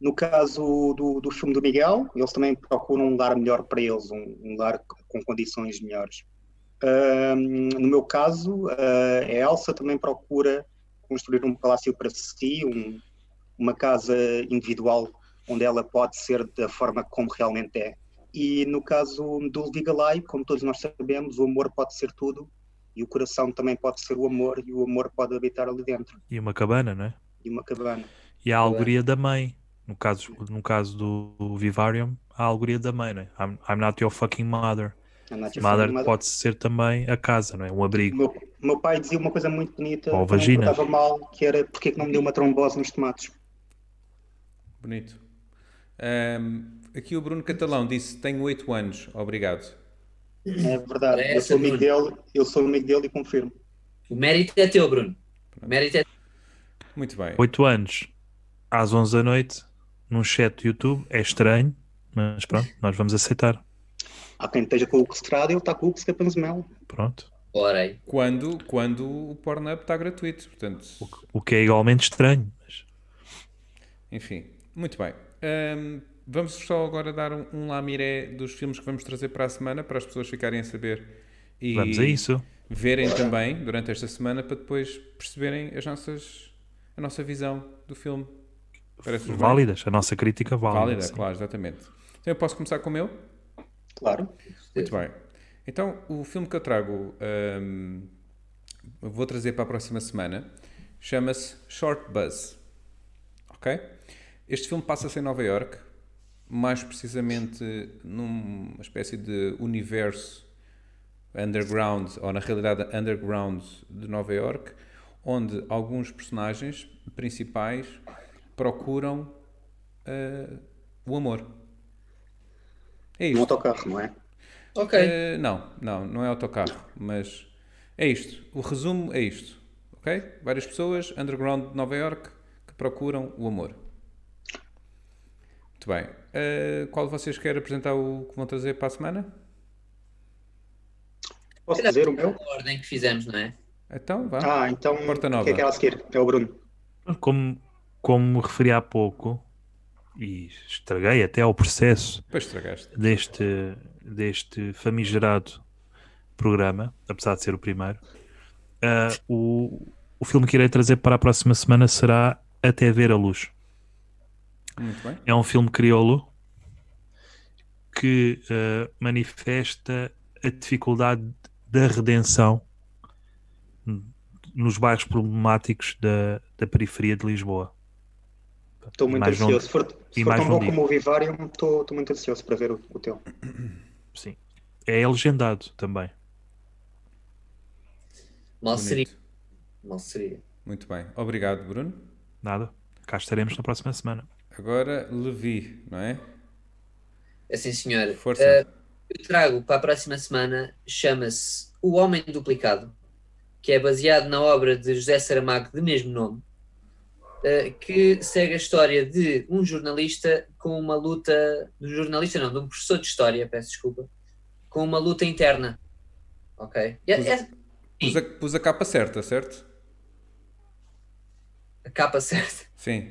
[SPEAKER 3] No caso do, do filme do Miguel, eles também procuram um lar melhor para eles, um, um lar c- com condições melhores. Ahm, no meu caso, ah, a Elsa também procura construir um palácio para si, um- uma casa individual onde ela pode ser da forma como realmente é. E no caso do Vigalai, como todos nós sabemos, o amor pode ser tudo e o coração também pode ser o amor e o amor pode habitar ali dentro,
[SPEAKER 2] E uma cabana, né?
[SPEAKER 3] e uma cabana.
[SPEAKER 2] E a alegoria da mãe. No caso, no caso do Vivarium, a alegoria da mãe, né? I'm, I'm not your fucking mother.
[SPEAKER 3] A Nath
[SPEAKER 2] Mother
[SPEAKER 3] Fernandes-
[SPEAKER 2] pode ser também a casa, não é? Um
[SPEAKER 3] O
[SPEAKER 2] abrigo.
[SPEAKER 3] meu, o meu pai dizia uma coisa muito bonita,
[SPEAKER 2] Ou
[SPEAKER 3] que não me
[SPEAKER 2] vagina.
[SPEAKER 3] importava mal, que era porque é que não me deu uma trombose nos tomates.
[SPEAKER 1] Bonito. Ahm, aqui o Bruno Catalão disse: Tenho 8 anos, obrigado.
[SPEAKER 3] É verdade, eu
[SPEAKER 4] Parece,
[SPEAKER 3] sou amigo
[SPEAKER 4] Nuno.
[SPEAKER 3] dele, eu sou amigo dele e confirmo.
[SPEAKER 4] O mérito é teu, Bruno. O mérito é
[SPEAKER 1] Muito bem.
[SPEAKER 2] 8 anos, às 11 da noite, num chat do YouTube. É estranho, mas pronto, nós vamos aceitar.
[SPEAKER 3] Há quem esteja com o Costrado, ele está com o Lucas Capanzemel.
[SPEAKER 2] Pronto.
[SPEAKER 4] Ora aí.
[SPEAKER 1] Quando, quando o Pornhub está gratuito, portanto,
[SPEAKER 2] O que é igualmente estranho. Mas...
[SPEAKER 1] enfim, muito bem. Ahm, vamos só agora dar um, um lamiré dos filmes que vamos trazer para a semana, para as pessoas ficarem a saber e
[SPEAKER 2] Vamos a isso.
[SPEAKER 1] verem também durante esta semana, para depois perceberem as nossas, a nossa visão do filme. Parece-vos bem?
[SPEAKER 2] Válidas. A nossa crítica válida.
[SPEAKER 1] Válida,
[SPEAKER 2] sim.
[SPEAKER 1] claro, exatamente. Então eu posso começar com o meu?
[SPEAKER 3] Claro,
[SPEAKER 1] Muito bem. Então, o filme que eu trago, hum, vou trazer para a próxima semana, chama-se Short Buzz. Ok? Este filme passa-se em Nova York mais precisamente numa espécie de universo underground, ou na realidade underground de Nova York, onde alguns personagens principais procuram eh, o amor. É
[SPEAKER 3] Um
[SPEAKER 1] isto.
[SPEAKER 3] autocarro, não é?
[SPEAKER 4] Ok.
[SPEAKER 1] Eh, não, não, não é autocarro, mas é isto. O resumo é isto, ok? Várias pessoas, underground de Nova York, que procuram o amor. Muito bem. Eh, qual de vocês quer apresentar o que vão trazer para a semana?
[SPEAKER 3] Posso dizer o
[SPEAKER 4] É
[SPEAKER 3] meu?
[SPEAKER 4] uma ordem que fizemos, não é?
[SPEAKER 1] Então, vá.
[SPEAKER 3] Ah, então.
[SPEAKER 1] Porta
[SPEAKER 3] O
[SPEAKER 1] Nova.
[SPEAKER 3] que é que ela a seguir? É o Bruno.
[SPEAKER 2] Como, como me referi há pouco, e estraguei até ao processo
[SPEAKER 1] Depois estragaste.
[SPEAKER 2] deste, deste famigerado programa, apesar de ser o primeiro, ah, o, o filme que irei trazer para a próxima semana será Até Ver a Luz.
[SPEAKER 1] Muito bem.
[SPEAKER 2] É um filme crioulo que eh, manifesta a dificuldade da redenção nos bairros problemáticos da, da periferia de Lisboa.
[SPEAKER 3] Estou muito
[SPEAKER 2] Mais não-
[SPEAKER 3] ansioso. Se for, se
[SPEAKER 2] e
[SPEAKER 3] for
[SPEAKER 2] mais um
[SPEAKER 3] tão
[SPEAKER 2] não
[SPEAKER 3] bom
[SPEAKER 2] digo.
[SPEAKER 3] como o Vivarium, estou estou muito ansioso para ver o, o teu.
[SPEAKER 2] Sim. É legendado também.
[SPEAKER 4] Mal seria.
[SPEAKER 1] Bonito.
[SPEAKER 4] Mal seria.
[SPEAKER 1] Muito bem. Obrigado, Bruno.
[SPEAKER 2] Nada. Cá estaremos na próxima semana.
[SPEAKER 1] Agora, Levi, não é?
[SPEAKER 4] Assim, senhora.
[SPEAKER 1] Força.
[SPEAKER 4] Eh, eu trago para a próxima semana chama-se O Homem Duplicado, que é baseado na obra de José Saramago de mesmo nome, eh, que segue a história de um jornalista com uma luta, de um jornalista não, de um professor de história, peço desculpa, com uma luta interna. Ok? E é- é
[SPEAKER 1] Pus a, pus a capa certa, certo?
[SPEAKER 4] a capa certa.
[SPEAKER 1] Sim.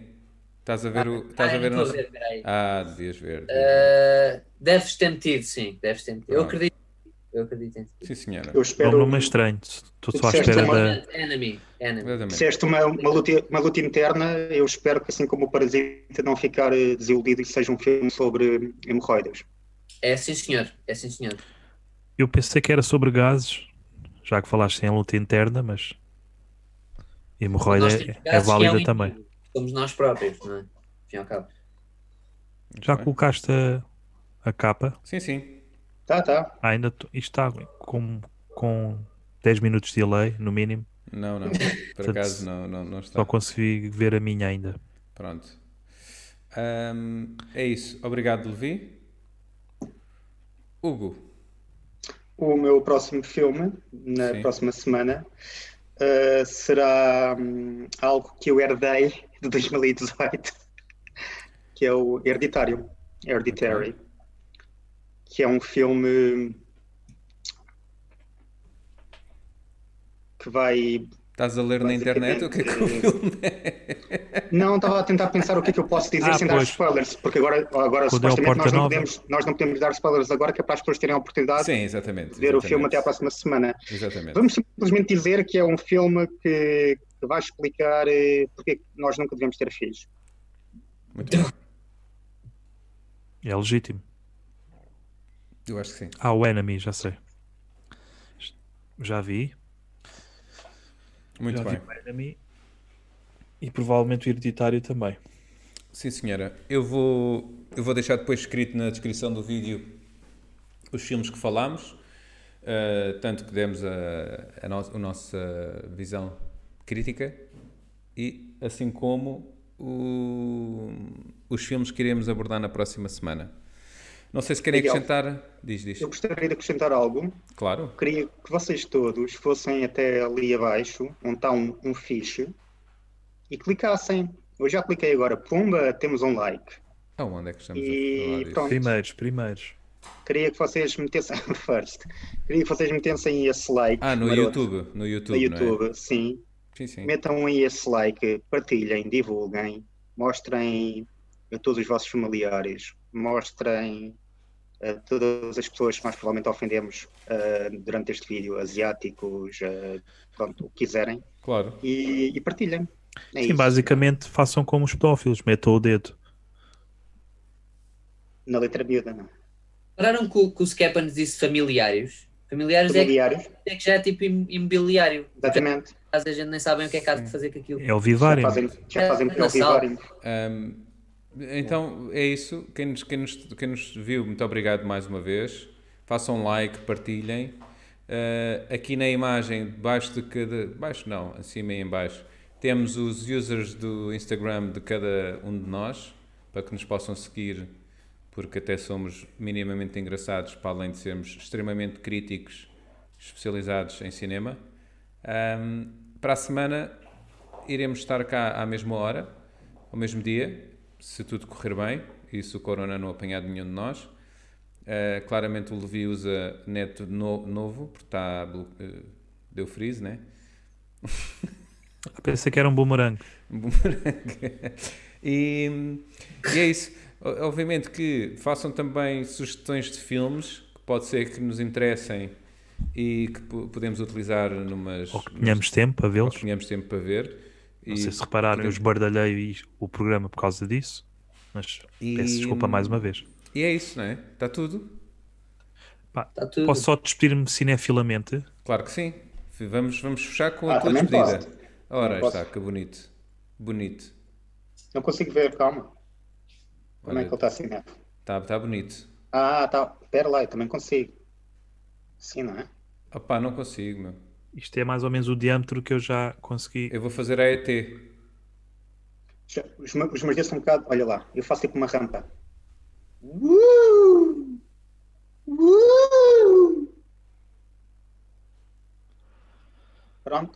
[SPEAKER 1] Estás a ver o. Estás
[SPEAKER 4] Ah,
[SPEAKER 1] a
[SPEAKER 4] eu
[SPEAKER 1] ver a
[SPEAKER 4] não estou a
[SPEAKER 1] nossa.
[SPEAKER 4] ver, peraí.
[SPEAKER 1] Ah, devias ver.
[SPEAKER 4] Eh, deves ter metido, sim, deves ter metido. Eu
[SPEAKER 1] Pronto.
[SPEAKER 4] acredito, eu acredito em ti.
[SPEAKER 1] Sim, senhora.
[SPEAKER 3] Eu
[SPEAKER 2] É um
[SPEAKER 3] espero.
[SPEAKER 2] nome estranho. Estou só à
[SPEAKER 3] Disseste
[SPEAKER 2] espera
[SPEAKER 3] uma-
[SPEAKER 2] da.
[SPEAKER 4] Exatamente, Enemy, enemy.
[SPEAKER 1] Exatamente.
[SPEAKER 3] Disseste uma, uma, luta, uma luta interna, eu espero que assim como o Parasita não ficar eh, desiludido e seja um filme sobre hemorroidas.
[SPEAKER 4] É sim senhor, é sim senhor.
[SPEAKER 2] Eu pensei que era sobre gases, já que falaste em luta interna, mas. Hemorroida
[SPEAKER 4] Nós
[SPEAKER 2] é,
[SPEAKER 4] temos
[SPEAKER 2] é
[SPEAKER 4] gases que
[SPEAKER 2] válida
[SPEAKER 4] um
[SPEAKER 2] também.
[SPEAKER 4] inimigo. Somos nós próprios, não é? Fim ao cabo.
[SPEAKER 1] Muito
[SPEAKER 2] Já
[SPEAKER 1] bem.
[SPEAKER 2] colocaste a, a capa?
[SPEAKER 1] Sim, sim.
[SPEAKER 3] Tá, tá.
[SPEAKER 2] Ah, ainda tô- isto está com, com 10 minutos de delay, no mínimo.
[SPEAKER 1] Não, não. Por
[SPEAKER 2] Portanto,
[SPEAKER 1] acaso não, não, não está.
[SPEAKER 2] Só consegui ver a minha ainda.
[SPEAKER 1] Pronto. Ahm, é isso. Obrigado, Levi. Hugo.
[SPEAKER 3] O meu próximo filme, na
[SPEAKER 1] Sim.
[SPEAKER 3] próxima semana, eh, será hum, algo que eu herdei de 2018, que é o Hereditário, Hereditary, que é um filme que vai...
[SPEAKER 1] Estás a ler na internet o que é que o filme
[SPEAKER 3] eh, Não, estava a tentar pensar o que é que eu posso dizer
[SPEAKER 2] Ah,
[SPEAKER 3] sem dar
[SPEAKER 2] pois.
[SPEAKER 3] spoilers, porque agora, agora
[SPEAKER 2] Quando é o
[SPEAKER 3] supostamente nós
[SPEAKER 2] Porta
[SPEAKER 3] não,
[SPEAKER 2] Nova.
[SPEAKER 3] podemos, nós não podemos dar spoilers agora, que é para as pessoas terem a
[SPEAKER 1] é?
[SPEAKER 3] oportunidade
[SPEAKER 1] Sim, exatamente.
[SPEAKER 3] de ver o
[SPEAKER 1] exatamente.
[SPEAKER 3] filme até à próxima semana.
[SPEAKER 1] Exatamente.
[SPEAKER 3] Vamos simplesmente dizer que é um filme que, que vai explicar eh, porque é que nós nunca devemos ter filhos.
[SPEAKER 1] Muito bem.
[SPEAKER 2] É legítimo.
[SPEAKER 1] Eu acho que sim.
[SPEAKER 2] Ah, o Enemy, já sei. Já vi.
[SPEAKER 1] Muito
[SPEAKER 2] já
[SPEAKER 1] bem.
[SPEAKER 2] vi o Enemy. E provavelmente o Hereditário também.
[SPEAKER 1] Sim, senhora. Eu vou, eu vou deixar depois escrito na descrição do vídeo os filmes que falámos, eh, tanto que demos a, a, no, a nossa visão crítica e assim como o- os filmes que iremos abordar na próxima semana. Não sei se querem
[SPEAKER 3] Miguel.
[SPEAKER 1] acrescentar. Diz, diz.
[SPEAKER 3] Eu gostaria de acrescentar algo.
[SPEAKER 1] Claro.
[SPEAKER 3] Queria que vocês todos fossem até ali abaixo, onde está um, um fiche, e clicassem. Eu já cliquei agora. Pumba, temos um like.
[SPEAKER 1] Aonde é que estamos a
[SPEAKER 3] E
[SPEAKER 1] falar disso?
[SPEAKER 3] pronto.
[SPEAKER 2] Primeiros, primeiros.
[SPEAKER 3] Queria que vocês metessem first. Queria que vocês metessem esse like.
[SPEAKER 1] Ah, no
[SPEAKER 3] maroto,
[SPEAKER 1] YouTube. No
[SPEAKER 3] No
[SPEAKER 1] YouTube, não
[SPEAKER 3] YouTube, sim.
[SPEAKER 1] é? Sim, sim.
[SPEAKER 3] Metam aí esse like, partilhem, divulguem, mostrem a todos os vossos familiares, mostrem a todas as pessoas que mais provavelmente ofendemos ah, durante este vídeo, asiáticos, ah, pronto, o que quiserem,
[SPEAKER 1] Claro.
[SPEAKER 3] e, e partilhem. É
[SPEAKER 2] Sim,
[SPEAKER 3] isso.
[SPEAKER 2] basicamente façam como os pedófilos, metam o dedo.
[SPEAKER 3] Na letra miúda, não. é?
[SPEAKER 4] Pararam que o, que o Skepa nos disse familiares? Familiares é que,
[SPEAKER 3] Familiares,
[SPEAKER 4] é que já é tipo im- imobiliário.
[SPEAKER 3] exatamente.
[SPEAKER 4] Às vezes a gente nem sabem o que é que há de fazer com aquilo.
[SPEAKER 2] É o Vivário.
[SPEAKER 3] Já fazem, já fazem
[SPEAKER 4] É,
[SPEAKER 3] pelo
[SPEAKER 4] na sala.
[SPEAKER 3] vivário.
[SPEAKER 1] Ahm, Então é isso. Quem nos, quem, nos, quem nos viu, muito obrigado mais uma vez. Façam um like, partilhem. Uh, aqui na imagem, debaixo de cada. Baixo não, acima e em baixo, temos os users do Instagram de cada um de nós para que nos possam seguir, porque até somos minimamente engraçados, para além de sermos extremamente críticos, especializados em cinema. Um, para a semana iremos estar cá à mesma hora, ao mesmo dia, se tudo correr bem e se o corona não apanhar de nenhum de nós. Uh, claramente o Levi usa net no- novo, porque está, blo- uh, deu freeze, né?
[SPEAKER 2] Ah, Pensei que era um boomerang.
[SPEAKER 1] Bumerangue. e, e é isso. O- Obviamente que façam também sugestões de filmes que pode ser que nos interessem e que po- podemos utilizar numas.
[SPEAKER 2] Ou que tenhamos tempo a
[SPEAKER 1] ou
[SPEAKER 2] vê-los.
[SPEAKER 1] que tenhamos tempo para ver.
[SPEAKER 2] Não
[SPEAKER 1] E-
[SPEAKER 2] sei se repararam, eu esbardalhei o programa por causa disso. Mas
[SPEAKER 1] E-
[SPEAKER 2] peço desculpa mais uma vez.
[SPEAKER 1] E é isso, não é? Está tudo?
[SPEAKER 2] Pá,
[SPEAKER 4] Está Tá tudo.
[SPEAKER 2] Posso só despedir-me cinefilamente?
[SPEAKER 1] Claro que sim. F- Vamos, vamos fechar com a
[SPEAKER 3] Ah,
[SPEAKER 1] tua
[SPEAKER 3] também
[SPEAKER 1] despedida.
[SPEAKER 3] posso.
[SPEAKER 1] Ora,
[SPEAKER 3] Também posso.
[SPEAKER 1] está, que bonito. Bonito.
[SPEAKER 3] Não consigo ver, calma. Como
[SPEAKER 1] Olha,
[SPEAKER 3] é que ele está assim mesmo?
[SPEAKER 1] Está tá bonito.
[SPEAKER 3] Ah, tá. Pera lá, eu também consigo. Sim, não é?
[SPEAKER 1] Opá, não consigo, meu.
[SPEAKER 2] Isto é mais ou menos o diâmetro que eu já consegui.
[SPEAKER 1] Eu vou fazer a ET.
[SPEAKER 3] Já- Os, me- os meus dedos são um bocado. Olha lá, eu faço tipo uma rampa. Uh! Uh! Pronto.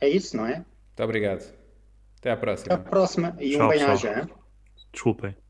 [SPEAKER 3] É isso, não é?
[SPEAKER 1] Muito obrigado. Até à
[SPEAKER 3] Até a
[SPEAKER 1] próxima.
[SPEAKER 3] próxima e um
[SPEAKER 2] Tá. Tchau,
[SPEAKER 3] bem-aja.
[SPEAKER 2] pessoal.
[SPEAKER 3] hein?
[SPEAKER 2] Desculpem.